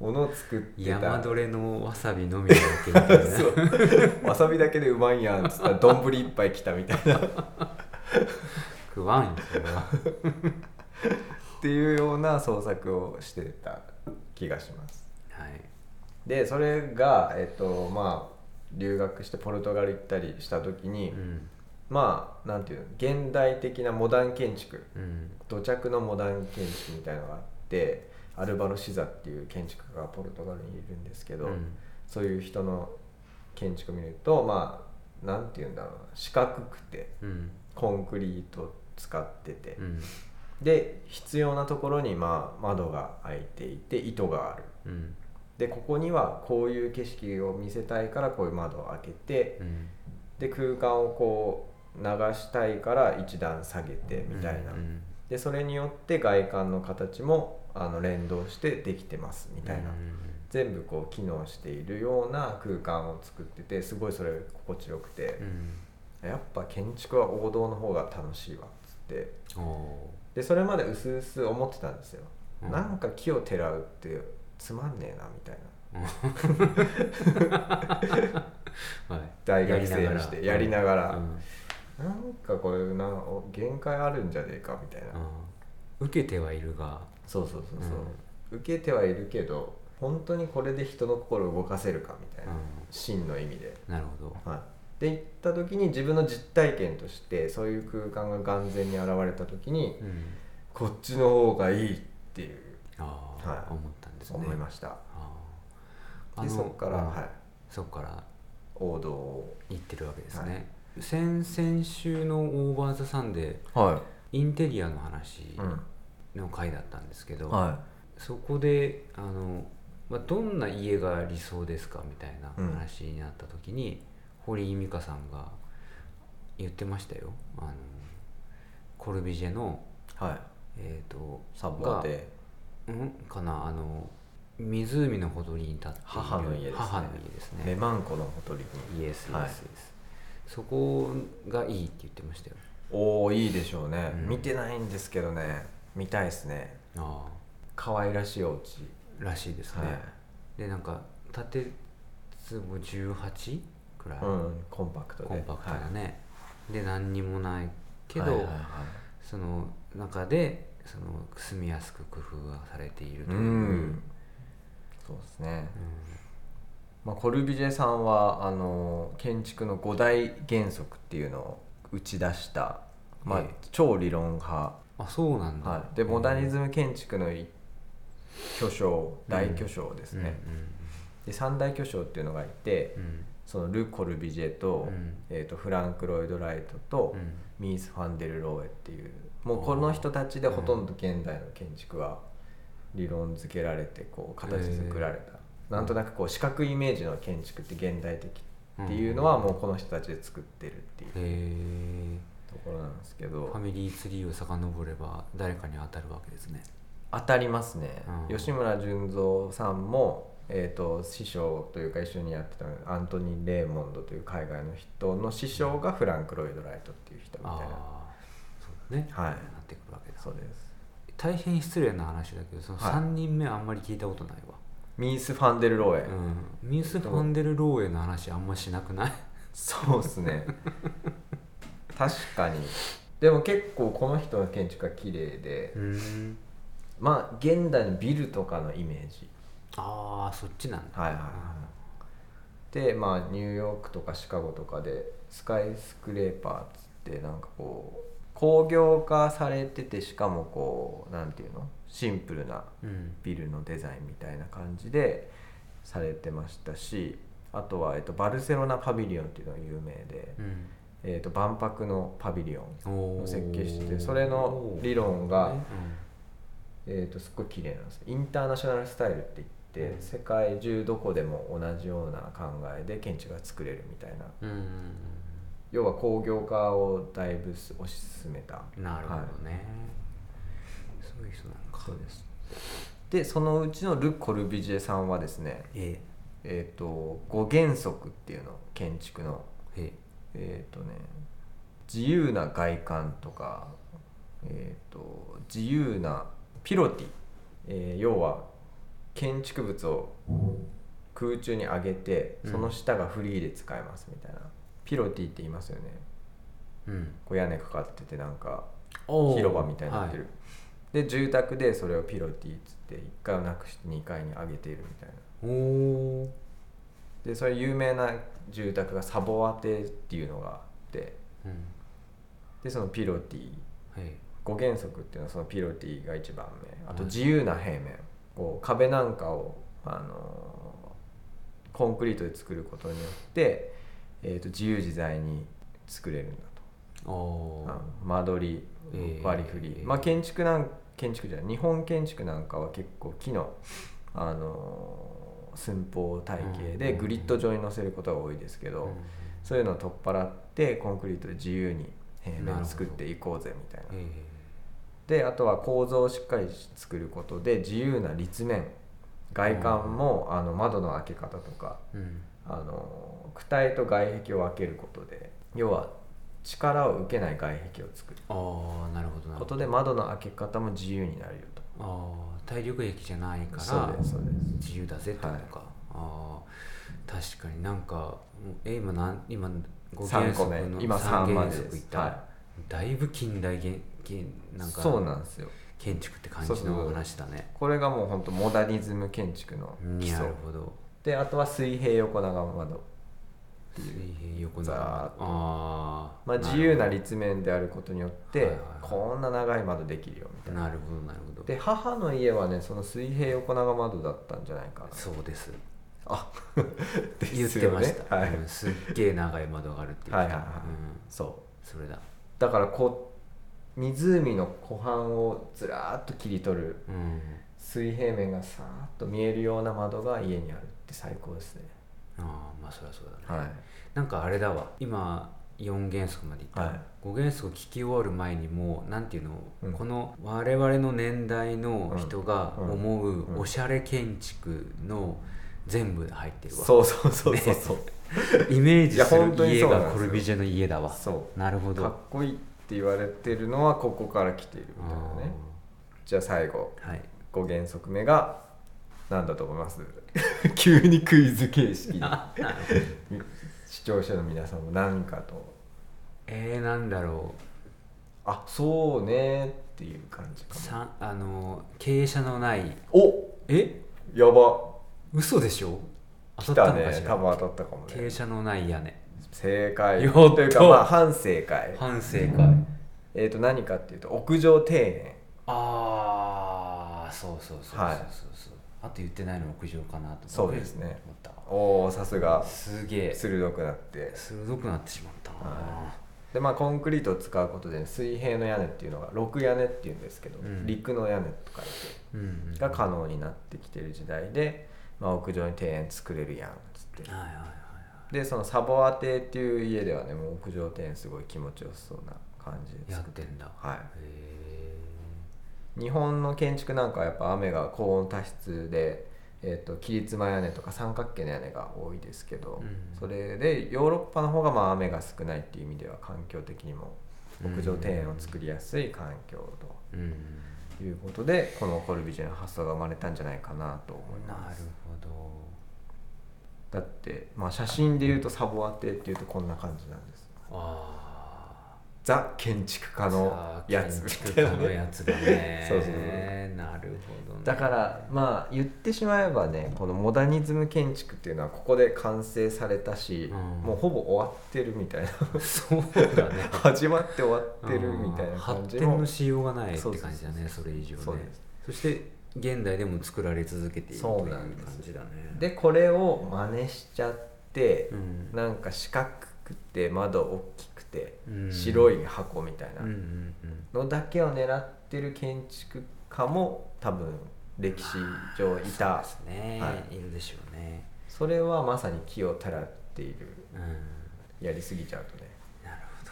B: ものを作ってた
A: 山どれのわさびのみだけみたいな
B: そうわさびだけでうまいやんっつったら丼いっぱい来たみたいなっ
A: 食わんよそれは
B: ていうような創作をしてた気がします
A: はい
B: でそれがえっとまあ留学してポルトガル行ったりした時に、
A: うん
B: まあなんていうの現代的なモダン建築
A: うん
B: 土着のモダン建築みたいのがあってアルバロ・シザっていう建築家がポルトガルにいるんですけど、
A: うん
B: そういう人の建築を見るとまあなんていうんだろうな四角くて
A: うん
B: コンクリートを使ってて、
A: うん
B: で必要なところにまあ窓が開いていて糸がある
A: うん
B: でここにはこういう景色を見せたいからこういう窓を開けて
A: うん
B: で空間をこう流したいから一段下げてみたいな、
A: うん
B: でそれによって外観の形もあの連動してできてますみたいな、
A: うん
B: 全部こう機能しているような空間を作っててすごいそれ心地よくて
A: う、ん
B: やっぱ建築は王道の方が楽しいわっつって
A: お
B: でそれまで薄々思ってたんですよ、
A: うん
B: なんか木をてらうってつまんねえなみたいな
A: ー はい
B: 大学生にしてやりながら
A: うん
B: なんかこれなお限界あるんじゃねえかみたいな、
A: うん受けてはいるが
B: そうそうそうそう、受けてはいるけど本当にこれで人の心を動かせるかみたいな、
A: うん
B: 真の意味で、
A: なるほど
B: はい、で行った時に自分の実体験としてそういう空間が眼前に現れた時に、
A: うん
B: こっちの方がいいっていう
A: ああ、
B: はい
A: 思ったんですね
B: 思いました、
A: あーあ
B: で
A: の
B: そっから、
A: うん
B: はい、
A: そっから
B: 王道を
A: 行ってるわけですね、先々週の「オーバー・ザ・サン」で
B: は
A: インテリアの話
B: うん、
A: の回だったんですけど、
B: は
A: そこであの、まあ、どんな家が理想ですかみたいな話になった時に、堀井美香さんが言ってましたよあのコルビジェの、
B: いはい
A: えー、と
B: サンバ
A: が
B: で
A: うんかなあの湖のほとりに立っている
B: 母の家ですね
A: 母の家ですね
B: メマンコのほとりに
A: イエスイエスイエス、
B: はい
A: そこがいいって言ってましたよ
B: おおいいでしょうね、
A: うん
B: 見てないんですけどね見たいですね
A: あ
B: 可愛らしいお家
A: あらしいですね、
B: はい
A: でなんか縦坪18くらい、
B: うんコンパクトで
A: コンパクトだ
B: はい
A: ね、で何にもないけど、
B: はいはいはい
A: その中でその住みやすく工夫がされていると
B: う
A: いう、
B: んそうですね、まあ、コルビュジェさんはあの建築の5大原則っていうのを打ち出した、まあ
A: ええ、
B: 超理論派、
A: あそうなんだ、
B: はい、でモダニズム建築のい巨匠大巨匠です
A: うん
B: ね、
A: う
B: で三大巨匠っていうのがいて
A: んうん
B: そのル・コルビュジェと,、
A: うん
B: えー、とフランク・ロイド・ライトと、
A: うん
B: ミース・ファンデル・ローエっていうもうこの人たちでほとんど現代の建築は理論付けられてこう形作られた、なんとなくこう四角いイメージの建築って現代的っていうのはもうこの人たちで作ってるっていう
A: へえ
B: ところなんですけ
A: ファ
B: ど
A: ミリーツリーを遡れば誰かに当たるわけですね
B: 当たりますね、
A: うん
B: 吉村純三さんも、えー、と師匠というか一緒にやってたアントニー・レーモンドという海外の人の師匠がフランク・ロイド・ライトっていう人みたい
A: あ
B: な
A: あそうだね、
B: はい
A: なってくるわけだ
B: そうです
A: 大変失礼な話だけどその
B: はい
A: 3人目あんまり聞いたことないわ、
B: ミース・ファンデル・ローエ、
A: うん、ミース・ファンデル・ローエの話あんましなくない
B: そうですね確かにでも結構この人の建築が綺麗で、
A: うん
B: まあ現代のビルとかのイメージ
A: ああそっちなんだ
B: はいはいはいでまあニューヨークとかシカゴとかでスカイスクレーパーっつってなんかこう工業化されててしかもこうなんていうのシンプルな
A: うん
B: ビルのデザインみたいな感じでされてましたしあとは、えっと、バルセロナパビリオンっていうのが有名で、
A: うん
B: えー、と万博のパビリオン
A: お
B: を
A: ー
B: 設計しててそれの理論が、
A: うん
B: えー、とすっごい綺麗なんですインターナショナルスタイルって言って、
A: うん
B: 世界中どこでも同じような考えで建築が作れるみたいな
A: うん
B: 要は工業化をだいぶ推し進めた
A: なるほ
B: はい
A: どね、そういう人なんか
B: そうですでそのうちのル・コルビュジェさんはですね、
A: え
B: えー、と5原則っていうの建築の
A: ええ
B: えっ、とね自由な外観とか、えー、と自由なピロティ、えー要は建築物を空中に上げて
A: うん
B: その下がフリーで使えますみたいな、ピロティって言いますよね
A: えうん
B: こう屋根かかっててなんか
A: おー
B: 広場みたいになってる、
A: は、
B: で住宅でそれをピロティっつって1階をなくして2階に上げているみたいない
A: おー
B: でそれ有名な住宅がサボアテっていうのがあって
A: うん
B: でそのピロティ
A: はい
B: 五原則っていうのはそのピロティが一番目あと
A: うん
B: 自由な平面、こう壁なんかを、あのーコンクリートで作ることによって、えー、と自由自在に作れるんだ
A: お
B: と、
A: ー
B: あ間取
A: え
B: り
A: ー
B: 割り振り、まあ、建築なん建築じゃない日本建築なんかは結構木の、あのー寸法体系で
A: うん
B: グリッド上に載せることが多いですけど、そういうのを取っ払ってコンクリートで自由に平面を作っていこうぜみたいな
A: うんえ
B: であとは構造をしっかり作ることで自由な立面外観も、あの窓の開け方とか
A: えうん
B: あの躯体と外壁を分けることで要は力を受けない外壁を作る
A: ああなるほどなる
B: こ
A: ほど
B: とで窓の開け方も自由になるよと
A: ああ体力益じゃないか
B: そう
A: ら
B: ですそうです
A: 自由だぜってことか、ああ確かになんかもうえ今なん今5原
B: 3個
A: 則
B: 目
A: の
B: 今
A: 三
B: 3ま
A: 原
B: でで
A: 則いっ
B: す
A: た、
B: は
A: だいぶ近代現現
B: い
A: なんか
B: そうなんですよ
A: 建築って感
B: そう
A: じ
B: そうそう
A: の話だね
B: これがもう本当モダニズム建築の基
A: な
B: 礎
A: るほど
B: であとは水平横長窓
A: 水平横長
B: ざーっと
A: ああ
B: まあ、自由な立面であることによっ
A: は
B: て
A: いはいはい
B: こんな長い窓できるよみたいな
A: なるほどなるほど
B: で母の家はねその水平横長窓だったんじゃないかな
A: そうです
B: あ
A: 言ってました、
B: はい、
A: うんすっげえ長い窓があるって言ってた、
B: はいはいは
A: う
B: い
A: ん、
B: そ
A: それだ
B: うだからこ湖の湖畔をずらーっと切り取る
A: うん
B: 水平面がさーっと見えるような窓が家にあるって最高ですね
A: ああまあそりゃそうだね
B: はい
A: なんかあれだわ今4原則までいった、
B: はい
A: 5原則聞き終わる前にもうなんていうの、
B: うん
A: この我々の年代の人が
B: うん
A: 思
B: うん
A: うおしゃれ建築の全部入ってるわ、
B: そうそうそうそうそう、
A: イメージす
B: いや本当
A: る
B: に
A: 家
B: そうなんで
A: が
B: すよ
A: コルビュジェの家だわ
B: そ
A: なるほ
B: うかっ
A: ど
B: こいいって言われてるのはここから来ているみたいなねじゃあ最後
A: あーはい
B: 5原則目が何だと思います 急にクイズ形 式に視聴者の皆さんも何かと
A: えー、なんだろう
B: あそうねっていう感じかな
A: さあの傾斜のない
B: お
A: え
B: やば
A: 嘘でしょ当
B: 来
A: たったたのかし
B: ね
A: ら、
B: 多分当たったかもね
A: 傾斜のない屋根
B: 正解
A: やっ
B: と
A: と
B: いうかまあ反正解
A: 反省会
B: えっ、と何かっていうと屋上庭園
A: ああそうそうそうそうそうそう、
B: はい
A: あと言ってないの屋上かなと
B: そうですね
A: 思ったわ
B: おおさすが
A: すげえ
B: 鋭くなって
A: 鋭くなってしまったな、
B: はでまあコンクリートを使うことで水平の屋根っていうのが六屋根っていうんですけど、
A: うん
B: 陸の屋根と書いて
A: うんうん
B: が可能になってきてる時代で、まあ、屋上に庭園作れるやんっつって
A: はいはいはい
B: でそのサボア邸っていう家ではねもう屋上庭園すごい気持ちよさそうな感じで
A: やっ
B: す
A: てんだ
B: は
A: へえ
B: い日本の建築なんかはやっぱ雨が高温多湿で、えー、と切妻屋根とか三角形の屋根が多いですけど、
A: うん
B: それでヨーロッパの方がまあ雨が少ないっていう意味では環境的にも屋上庭園を作りやすい環境
A: うん
B: ということで、このコルビュジェの発想が生まれたんじゃないかなと思い
A: な
B: ます。
A: るほど
B: だって、まあ、写真でいうとサボアテっていうとこんな感じなんです
A: あ
B: ザ建築家
A: あ
B: のや
A: 建
B: つみ
A: 築
B: たい
A: 家
B: なね
A: のやつだね
B: そうそうそう
A: なるほど、ね、
B: だからまあ言ってしまえばねこのモダニズム建築っていうのはここで完成されたし、
A: うん
B: もうほぼ終わってるみたいな
A: そうだね
B: 始まって終わってるみたいな感じ
A: 発展
B: も
A: のしようがないって
B: そうそう
A: 感じだねそれ以上ね
B: そうです
A: そして現代でも作られ続けている
B: そう
A: という
B: な
A: 感
B: んです
A: じだね
B: でこれを真似しちゃって
A: う、ん
B: なんか四角くて窓大きくて、
A: うん
B: 白い箱みたいな、
A: うんうんうん
B: のだけを狙ってる建築家も多分歴史上いた
A: そうですね、、
B: はい
A: るでしょうね
B: それはまさに木をたらっている
A: うん
B: やりすぎちゃうとね
A: なるほど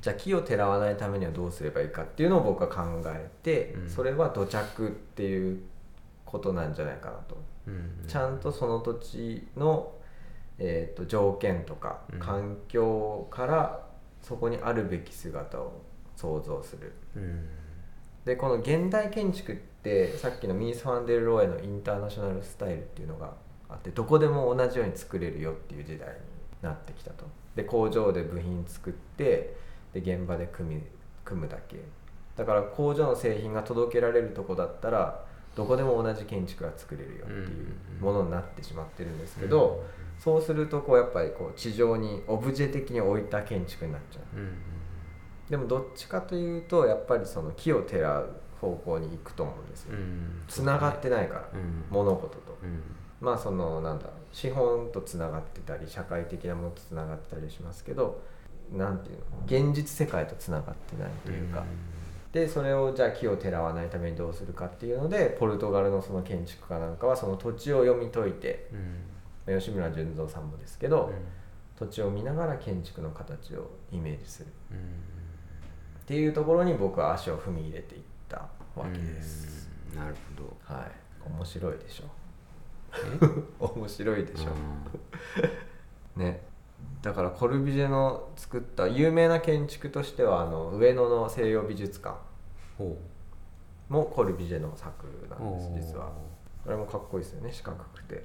B: じゃあ木をてらわないためにはどうすればいいかっていうのを僕は考えて、
A: うん
B: それは土着っていうことなんじゃないかなと、
A: うんうん
B: ちゃんとその土地の、えー、と条件とか
A: うん
B: 環境からそこにあるべき姿を想像する
A: うん
B: でこの現代建築ってさっきのミース・ファンデル・ローエのインターナショナルスタイルっていうのがあってどこでも同じように作れるよっていう時代になってきたとで工場で部品作ってで現場で組み組むだけだから工場の製品が届けられるとこだったらどこでも同じ建築が作れるよっていうものになってしまってるんですけど、そうするとこうやっぱりこう地上にオブジェ的に置いた建築になっちゃう
A: うんうん
B: でもどっちかというとやっぱりその木をてらう方向に行くと思うんです
A: う
B: よ
A: ん
B: つな、繋がってないから、
A: うん
B: 物事と
A: うん
B: まあそのなんだろう資本とつながってたり社会的なものとつながってたりしますけどなんていうの現実世界とつながってないというか、でそれをじゃあ木をてらわないためにどうするかっていうのでポルトガルのその建築家なんかはその土地を読み解いて
A: うん
B: まあ吉村純三さんもですけど、
A: うん
B: 土地を見ながら建築の形をイメージする
A: うん
B: っていうところに僕は足を踏み入れていったわけです、
A: うんなるほど
B: はい面白いでしょ
A: え
B: 面白いでしょ
A: う、ん
B: ねだからコルビュジェの作った有名な建築としてはあの上野の西洋美術館
A: ほ
B: もコルビュジェの作
A: う
B: なんです実はあれもかっこいいですよね四角くて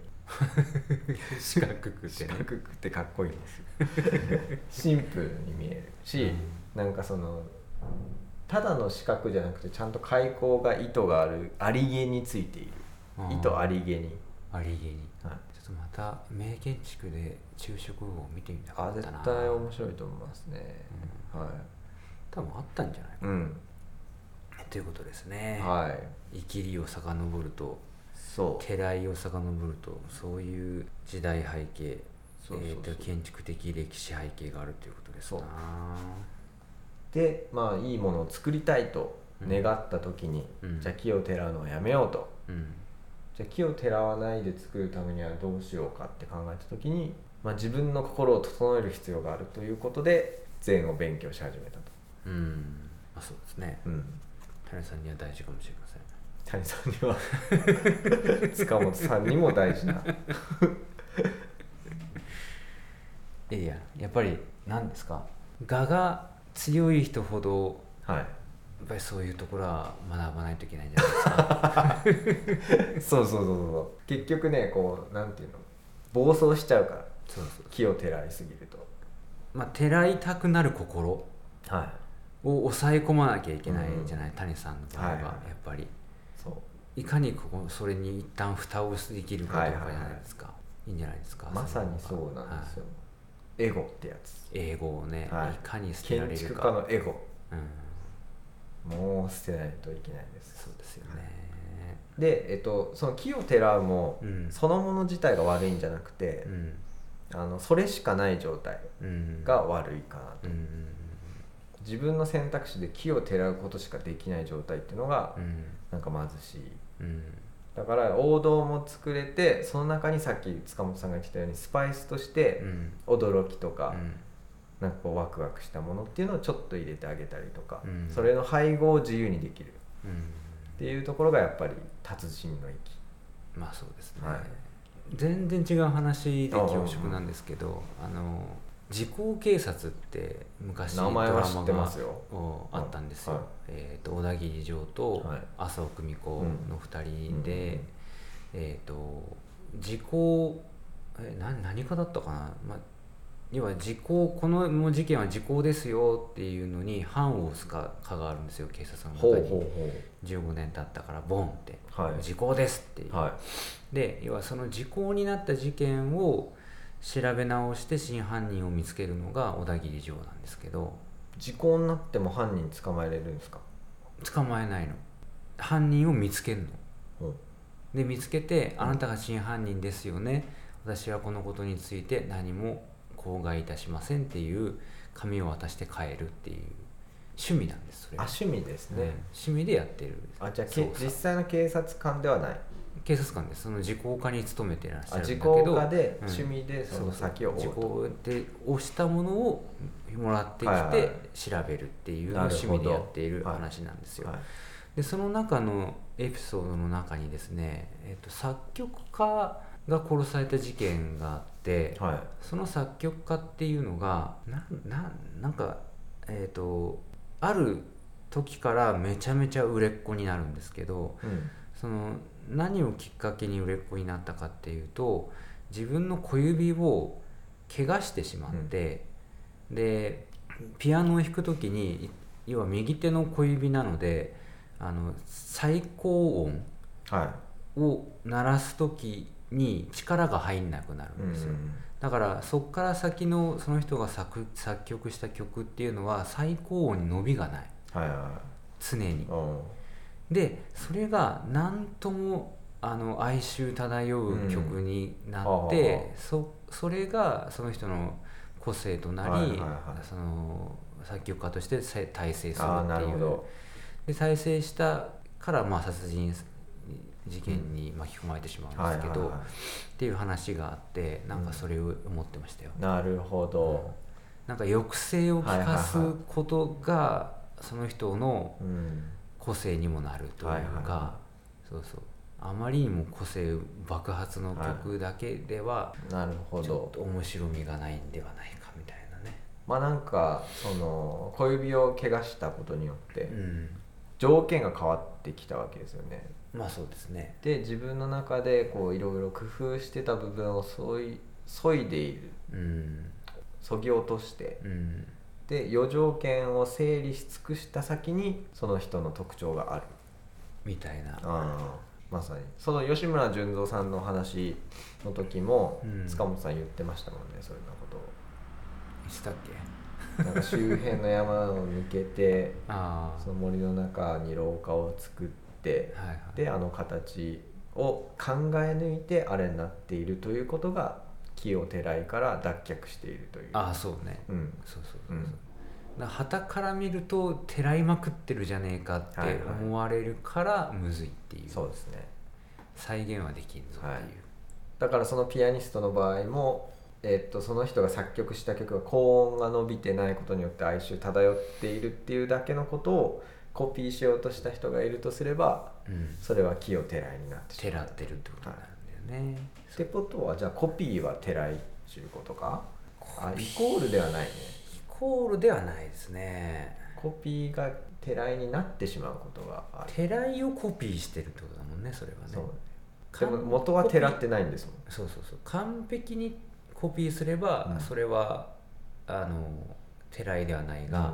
A: 四角くて
B: 四
A: ね
B: 角くてかっこいいんですよ シンプルに見えるし、なんかそのただの四角じゃなくてちゃんと開口が糸があるありげについている
A: うん
B: 糸ありげに、
A: ありげに
B: はい、
A: ちょっとまた名建築で昼食を見てみたか
B: あ
A: った
B: 絶
A: な
B: 対面白いと思いますね、は
A: 多分あったんじゃない
B: い、うん
A: ということですね、
B: はい
A: い、生きりを遡ると
B: そう
A: 家来を遡るとそういう時代背景
B: そうそうそう
A: えーと建築的歴史背景があるということですな
B: そうでまあいいものを作りたいと願った時に、
A: うん
B: じゃあ木をてらうのをやめようと
A: うん
B: じゃあ木をてらわないで作るためにはどうしようかって考えた時に、まあ、自分の心を整える必要があるということで禅を勉強し始めたと、
A: うんまあそうですね
B: うん、
A: 谷さんには大事かもしれません
B: 谷さんに は塚本さんにも大事ない
A: やいややっぱり何ですか我が強い人ほど
B: は
A: やっぱりそういうところは学ばないといけないんじゃないですか
B: い そうそうそうそう結局ねこうなんていうの暴走しちゃうから
A: そうそう
B: 木をてらいすぎると
A: まあてらいたくなる心
B: はい
A: を抑え込まなきゃいけないじゃない、
B: う
A: 谷さんの場合は
B: は
A: や
B: いはい
A: っぱり、
B: そう
A: いかにここそれに一旦蓋をできるかとかじゃないですか、いいんじゃないですか
B: まさにそうなんですよ、
A: は
B: エゴってやつ
A: い英語をね、
B: はい
A: い、かに捨てられ
B: 建
A: る
B: 築
A: か
B: 家のエゴ
A: うん、
B: もう捨てないといけないです
A: そうですよね、
B: で、えっと、その木をてらうも、
A: うん
B: そのもの自体が悪いんじゃなくて
A: う、ん
B: あのそれしかない状態
A: うん
B: が悪いかな
A: う
B: と、
A: ん
B: 自分の選択肢で木をてらうことしかできない状態っていうのが、
A: うん
B: なんか貧しい
A: うん
B: だから王道も作れてその中にさっき塚本さんが言ってたようにスパイスとし
A: う
B: て
A: ん
B: 驚きとか、
A: うん
B: なんかこうワクワクしたものっていうのをちょっと入れてあげたりとか、
A: うん
B: それの配合を自由にできる
A: うん
B: っていうところがやっぱり達人の域
A: まあそうですね、
B: はい
A: 全然違う話で恐縮なんですけどあの時効警察って昔
B: 名前は知ってますよ
A: ドラマがおあったんですよ、
B: はい
A: えー、と小田切城と
B: はい
A: 麻生久美子の2人
B: うんうん
A: で、えっ、と時効えな何かだったかな、まあ、要は時効このもう事件は時効ですよっていうのに判を押すかかがあるんですよ警察の
B: ほう
A: 中
B: ほう
A: に
B: ほ
A: 15年経ったからボンって
B: うはい
A: 時効ですっていう
B: は
A: で要はその時効になった事件を調べ直して真犯人を見つけるのが小田切城なんですけど
B: い時効になっても犯人捕まえれるんですか、
A: 捕まえないの犯人を見つけるの
B: うん
A: で見つけて「あなたが真犯人ですよね私はこのことについて何も口外いたしません」っていう紙を渡して帰るっていう趣味なんですそれ
B: あ
A: が
B: 趣味です
A: うん
B: ね、
A: 趣味でやってる
B: あじゃあ
A: そ
B: け
A: う
B: 実際の警察官ではない
A: 警察官ですその時効課に勤めてらっしゃ
B: あ
A: るんだ
B: 時
A: け
B: 効
A: ど
B: 家で
A: うん
B: 趣味でその先を追
A: 時
B: うと、
A: 効で押したものをもらって
B: はいはい
A: きて調べるっていうのを
B: なる
A: 趣
B: ほど
A: 味でやっている話なんですよ。
B: はい、
A: でその中のエピソードの中にですね、えっと作曲家が殺された事件があって、
B: はい、
A: その作曲家っていうのがなななんかえっ、とある時からめちゃめちゃ売れっ子になるんですけど、
B: うん
A: その何をきっかけに売れっ子になったかっていうと自分の小指を怪我してしまって、でピアノを弾く時にい要は右手の小指なのであの最高音
B: は
A: を鳴らす時に力が入んなくなる
B: い、うんん
A: ですよ、だからそっから先のその人が作作曲した曲っていうのは最高音に伸びがない
B: はいは
A: 常に
B: い、うん
A: でそれが何ともあの哀愁漂う曲になって、
B: うんああ
A: そそれがその人の個性となり、
B: はいはいはい
A: その作曲家として再大成する
B: ああ
A: っ
B: な
A: て
B: る
A: い
B: ほ
A: う
B: ど
A: で再生したから、まあ、殺人事件に巻き込まれてしまうん
B: は
A: で
B: い
A: す
B: は
A: け
B: い
A: ど、
B: は
A: っていう話があってなんかそれを思ってましたよ。
B: いなるほど、
A: なんか抑制を効かすことが、その人の
B: うん
A: 個性にもなるというか、
B: はいはいは
A: そうそうあまりにも個性爆発の曲だけでは
B: なるほ
A: ちょ
B: ど
A: っと面白みがないんではないかみたいなね、
B: まあなんかその小指を怪我したことによって
A: うん、
B: 条件が変わってきたわけですよね
A: まあそうですね
B: で自分の中でこういろいろ工夫してた部分をそい削いでいる
A: うん
B: 削ぎ落として
A: うん
B: で余条件を整理し尽くした先にその人の特徴がある
A: みたいな
B: あまさにその吉村純三さんの話の時も
A: うん
B: 塚本さん言ってましたもんね、そういうよ
A: いつだっけ
B: うなことをなんか周辺の山を抜けて
A: あ
B: その森の中に廊下を作って
A: あはいはい
B: であの形を考え抜いてあれになっているということが木をてらいから脱却しているという
A: ああそうね
B: うん
A: そうそうそうそう、
B: うん
A: だ旗から見るとてらいまくってるじゃねえかって
B: はいはい
A: 思われるからむずいっていう,、
B: そうですね
A: 再現はできんぞっていう、
B: はいだからそのピアニストの場合も、えっとその人が作曲した曲が高音が伸びてないことによって哀愁漂っているっていうだけのことをコピーしようとした人がいるとすれば
A: うん、
B: それは木をてらいになってし
A: て
B: ま
A: ら
B: う。
A: ってるってことなんだよね、
B: ってことはじゃあコピーはてらいっていうことかあ
A: コピ
B: イ
A: ー
B: コールではないね
A: イコールではないですね
B: コピーがてらいになってしまうことがある
A: てらいをコピーしてるってことだもんねそれはね
B: そうで
A: 完
B: も元はてらってないんですもん
A: そうそうそう完璧にコピーすれば、
B: うん
A: それはあのてらいではないが、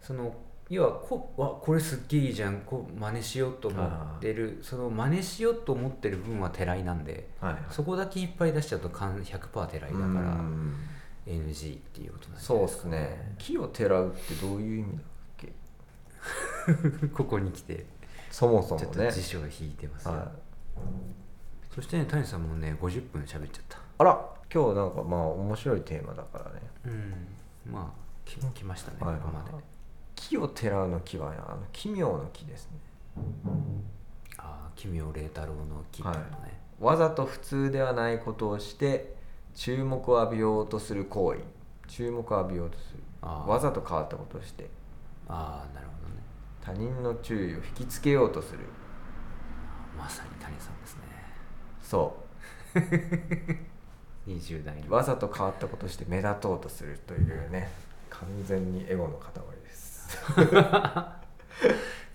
A: その要はこわこれすっげえいいじゃんこう真似しようと思ってるその真似しようと思ってる分はてらいなんで
B: うんはいはい
A: そこだけいっぱい出しちゃうと完100%てらいだか
B: う
A: ら
B: ん
A: NG っていうことなん
B: そうですね木をてらうってどういう意味だっけ
A: う ここに来て
B: そもそ
A: ちょ
B: も
A: っと
B: ね
A: 辞書を引いてますよ、
B: はい
A: そしてね谷さんもね50分喋っちゃった
B: あら今日なんかまあ面白いテーマだからね
A: うんまあき来ましたね、
B: はい
A: ここまで
B: 木をてらうの木はあの奇妙の木ですね
A: ああ奇妙麗太郎の木ってことね、
B: わざと普通ではないことをして注目を浴びようとする行為注目を浴びようとする
A: あー
B: わざと変わったことをして
A: ああなるほどね
B: 他人の注意を引きつけようとする
A: まさに谷さんですね
B: そ
A: 20代
B: うわざと変わったことをして目立とうとするというね完全にエゴの塊です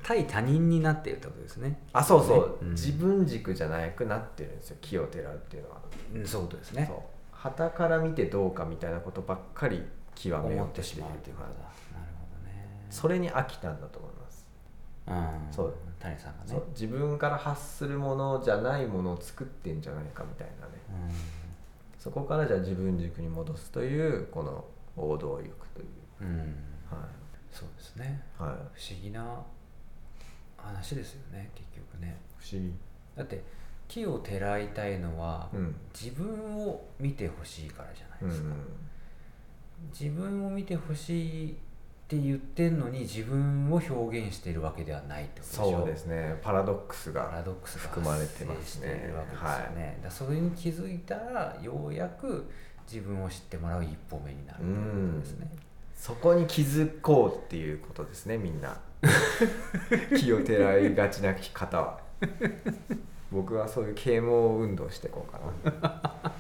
A: 対他人になっているってことですね
B: あそうそう、
A: うん
B: 自分軸じゃなくなってるんですよ木をてらうっていうのは
A: うんそういうことですね
B: そう旗から見てどうかみたいなことばっかり極めよ
A: 思
B: う
A: って
B: とし
A: して
B: いる
A: まうということだなるほ
B: それに飽きたんだと思います、
A: どねうん
B: そう
A: 谷さんがね
B: そう自分から発するものじゃないものを作ってんじゃないかみたいなね
A: うん
B: そこからじゃあ自分軸に戻すというこの王道欲とい
A: う
B: う
A: ん
B: は
A: そうですね
B: い、はい、
A: 不思議な話ですよね結局ね
B: 不思議
A: だって木をてらいたいのは、
B: うん
A: 自分を見てほしいからじゃない
B: うん
A: ですか、自分を見てほしいって言ってんのに自分を表現しているわけではないってことでしょ
B: そうですねパラドックス
A: パラ
B: が
A: ドックスが
B: 含まれてま
A: 発生
B: すね
A: しているわけですよね、だからそれに気づいたらようやく自分を知ってもらう一歩目になるということですね、
B: そこに気づこうっていうことですねみん な気をてらいがちな方は僕はそういう啓蒙運動していこうかな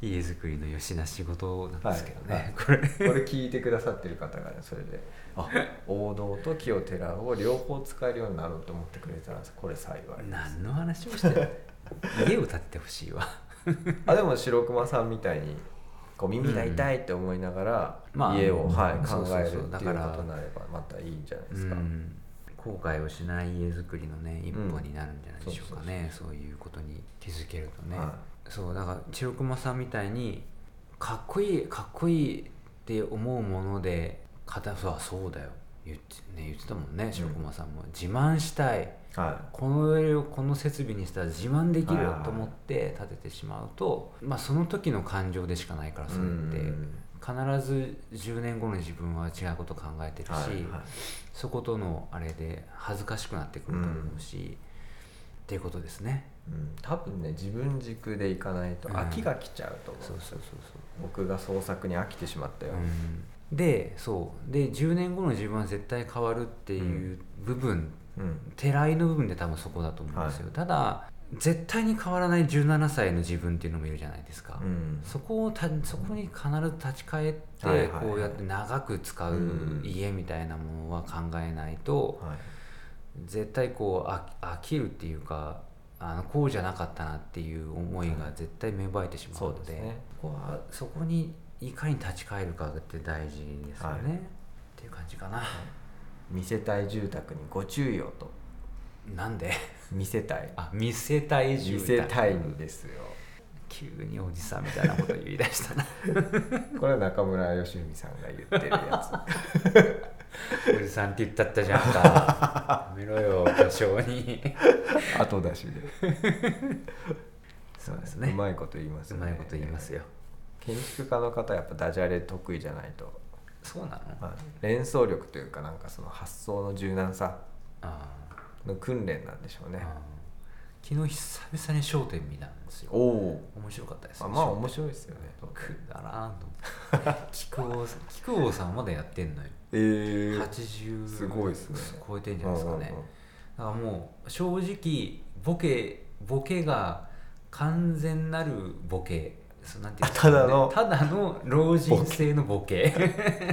A: 家づくりのよしな仕事なんですけどね、
B: はいはい
A: これ
B: これ聞いてくださってる方がねそれであ王道と気をてらうを両方使えるようになろうと思ってくれたらこれ幸い
A: 何の話をしてるの家を建ててほしいわ
B: あでも白熊さんみたいにこう耳が痛いって思いながら、
A: うんまあ
B: 家を、はい、
A: そう
B: 考
A: そうそう
B: えるっていうこと
A: だ
B: に
A: から
B: なればまたいいんじゃないですか、
A: うん後悔をしない家づくりのね一歩になるんじゃないでしょうかね、そういうことに気づけるとね、
B: は
A: そうだから千代熊さんみたいにかっこいいかっこいいって思うもので片そうそうだよ言って,、ね、言ってたもんね千代熊さんも、自慢したい
B: は
A: この家をこの設備にしたら自慢できる
B: はい
A: よと思って建ててしまうと、まあ、その時の感情でしかないから
B: い、
A: それって、
B: うん
A: 必ず10年後の自分は違うこと考えてるし、
B: はいはい
A: そことのあれで恥ずかしくなってくると思うし、っていうことですね
B: うん、多分ね自分軸でいかないと
A: うん
B: 飽きが来ちゃうと思う,、
A: そうそうそう
B: 僕が創作に飽きてしまった
A: そう、
B: よ、
A: うん、でそうで10年後の自分は絶対変わるっていう部分、
B: うん
A: てらいの部分で多分そこだと思うんですよ、ただ絶対に変わらない17歳の自分っていうのもいるじゃないですか、
B: うん
A: そこをたそこに必ず立ち返っ
B: は
A: て
B: いはいはい
A: こうやって長く使う家みたいなものは考えないと
B: はい
A: 絶対こう飽飽きるっていうかあのこうじゃなかったなっていう思いが絶対芽生えてしまう
B: そう
A: の
B: です
A: で,、
B: ね
A: ここはそこにいかに立ち返るかって大事ですよね、
B: はい
A: っていう感じかな、
B: 見せたい住宅にご注意をと
A: なんで
B: 見せたい
A: あ見せたい
B: 見
A: 住
B: せ
A: 宅
B: たいんですよ
A: 急におじさんみたいなこと言い出した な
B: これは中村良文さんが言ってるや
A: おじさんって言ったったじゃんかやめろよ多少に
B: つ 後出しで
A: そうですね
B: うまいこと言います
A: うまいこと言いますよ
B: 建築家の方はやっぱダジャレ得意じゃないと
A: そうなのあ
B: まあ、連想力というかなんかその発想の柔軟さ
A: あ
B: の訓練なんでしょうね
A: あー昨日久々に『笑点』見たんですよ
B: おお
A: 面白かったです
B: まあまあ面白いですよね
A: くだらんと思って菊王さん菊王さんまだやってんのよ
B: え
A: 80
B: すごいっすね
A: 超えてんじゃないですかね、だからもう正直ボケボケが完全なるボケそうなんていうんですかね
B: ただの
A: ただの老人性のボケ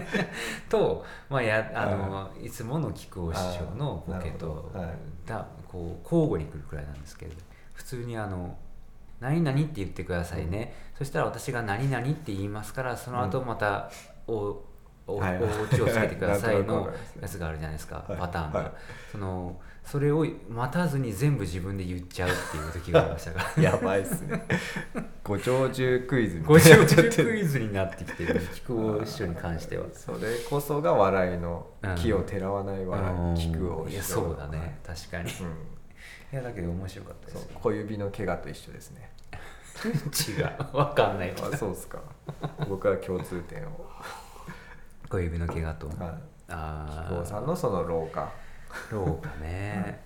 A: と、まあ、やあの、いつもの菊尾師匠のボケと
B: あーなる
A: だこう交互に来るくらいなんですけれど普通にあの「何々」って言ってくださいね、そしたら私が「何々」って言いますからその後またお「おお
B: はい
A: 家をつけてください」
B: なんとな
A: の
B: くわかりますね
A: やつがあるじゃないですか
B: はい
A: パターンが、
B: はい
A: そのそれを待たずに全部自分で言っちゃうっていう時がありましたから
B: やばいっすねご長寿クイズみたい
A: ご
B: にな
A: 長
B: っちゃって
A: 寿クイズになってきてる菊尾師匠に関しては。
B: それこそが笑いの
A: うん
B: 木をてらわない笑い、
A: うん
B: 菊を
A: いやそうだね、確かにい
B: うん、
A: やだけど面白かったで
B: そう
A: すよ
B: 小指の怪我と一緒ですね
A: 違うわかんないけど
B: あそうっすか僕は共通点を
A: 小指の怪我と、
B: はい
A: あ
B: 菊
A: あ
B: 尾さんのその老化
A: そうかね、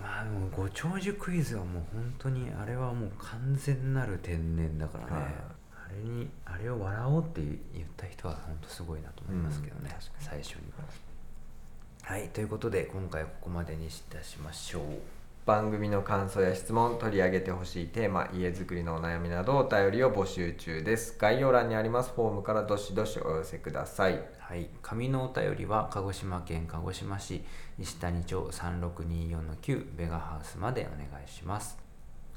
A: まあでもご長寿クイズはもう本当にあれはもう完全なる天然だからね、
B: はい
A: あれにあれを笑おうって言った人は本当すごいなと思いますけどね、
B: うん確かに
A: 最初にはいということで今回はここまでにいたしましょう
B: 番組の感想や質問取り上げてほしいテーマ家づくりのお悩みなどお便りを募集中です概要欄にありますフォームからどしどしお寄せください
A: はい、紙のお便りは鹿児島県鹿児島市石谷町3624-9ベガハウスまでお願いします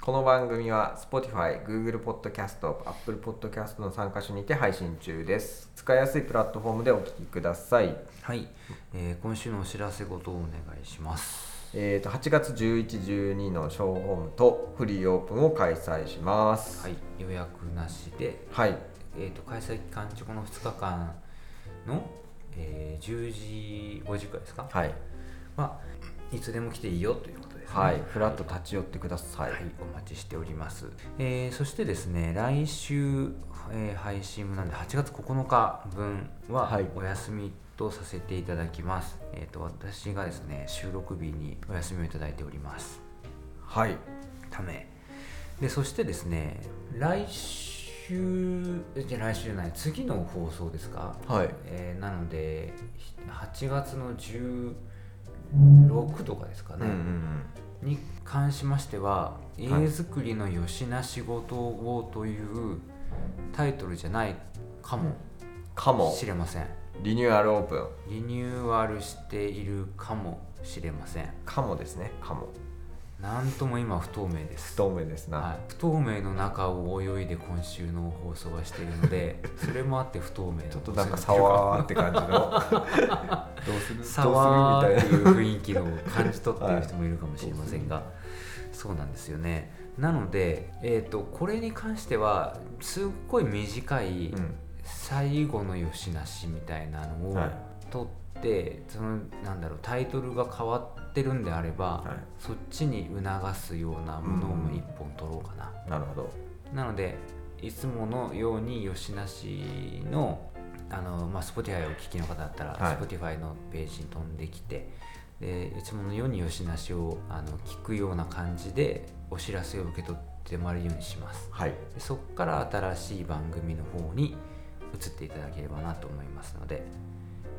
B: この番組は Spotify、Google Podcast、Apple Podcast の3箇所にて配信中です。使いやすいプラットフォームでお聞きください。
A: はい、えー今週のお知らせごとをお願いします
B: えー、と8月11、12のショーホームとフリーオープンを開催します。
A: はい、予約なしで
B: はい。
A: えー、と開催期間中この2日間の、えー10時5時くらいですか
B: はい。
A: はいつでも来ていいよということですね
B: はい。フラット立ち寄ってくださ。
A: はいい、お待ちしております、えーそしてですね来週、えー配信分なんで8月9日分は
B: はい
A: お休みとさせていただきます、えっ、と私がですね収録日にお休みをいただいております
B: はい。
A: ためでそしてですね来週えじゃあ来週じゃない次の放送ですか
B: はい。
A: えーなのでひ8月の16とかですか
B: うんう
A: ね、
B: んうん。
A: に関しましては「家
B: い
A: づくりのよしな仕事を」というタイトルじゃないか
B: か
A: も
B: も
A: し、れません
B: リニューアルオープン。
A: リニューアルしているかもしれません
B: かもですね。かも。
A: なんとも今不透明です
B: 不透明ですな。
A: はい、不透明の中を泳いで今週の放送はしているの でそれもあって不透明
B: ちょっとなんか、さわーって感じ の。どうする
A: さわー
B: どう
A: っ
B: す
A: て
B: るみたいな。
A: いう雰囲気の感じ取っている人もいるかもしれませんが、そうなんですよねなので、えー、とこれに関してはすっごい短い
B: うん
A: 最後のよしなしみたいなのを
B: はい
A: 取って、そのなんだろうタイトルが変わってるんであれば、
B: は
A: そっちに促すようなものを1本取ろうかな、
B: い、なるほど。
A: なのでいつものように吉なしのあの、まあ、Spotify をお聞きの方だったら、
B: はい
A: Spotify のページに飛んできてでいつものように吉なしをあの聞くような感じでお知らせを受け取ってもらえるようにします
B: はい。
A: でそこから新しい番組の方に移っていただければなと思いますのでよ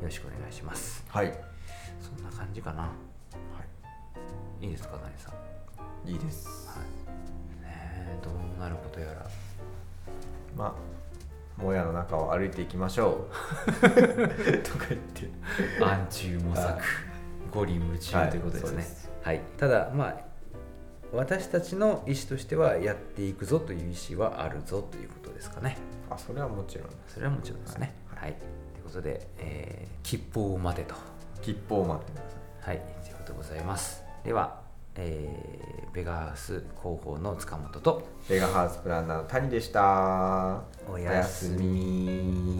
A: ろしくお願いします
B: はい。
A: そんな感じかな
B: はい
A: いですか谷さん、ね
B: い。いいです。
A: えどうなることやら
B: まあ、もやの中を歩いていきましょ う。とか言って。
A: 暗中模索
B: はい
A: 五輪夢中ということです
B: はいそうで
A: ね
B: す、
A: はいただまあ私たちの意思としてはやっていくぞという意思はあるぞということですかね
B: あ、それはもちろん。
A: それはもちろんですねはい、ということで、えー吉報を待てと
B: 吉報を待ってください。
A: はいということでございますでは、えーベガハウス広報の塚本と
B: ベガハウスプランナーの谷でした。
A: おやすみ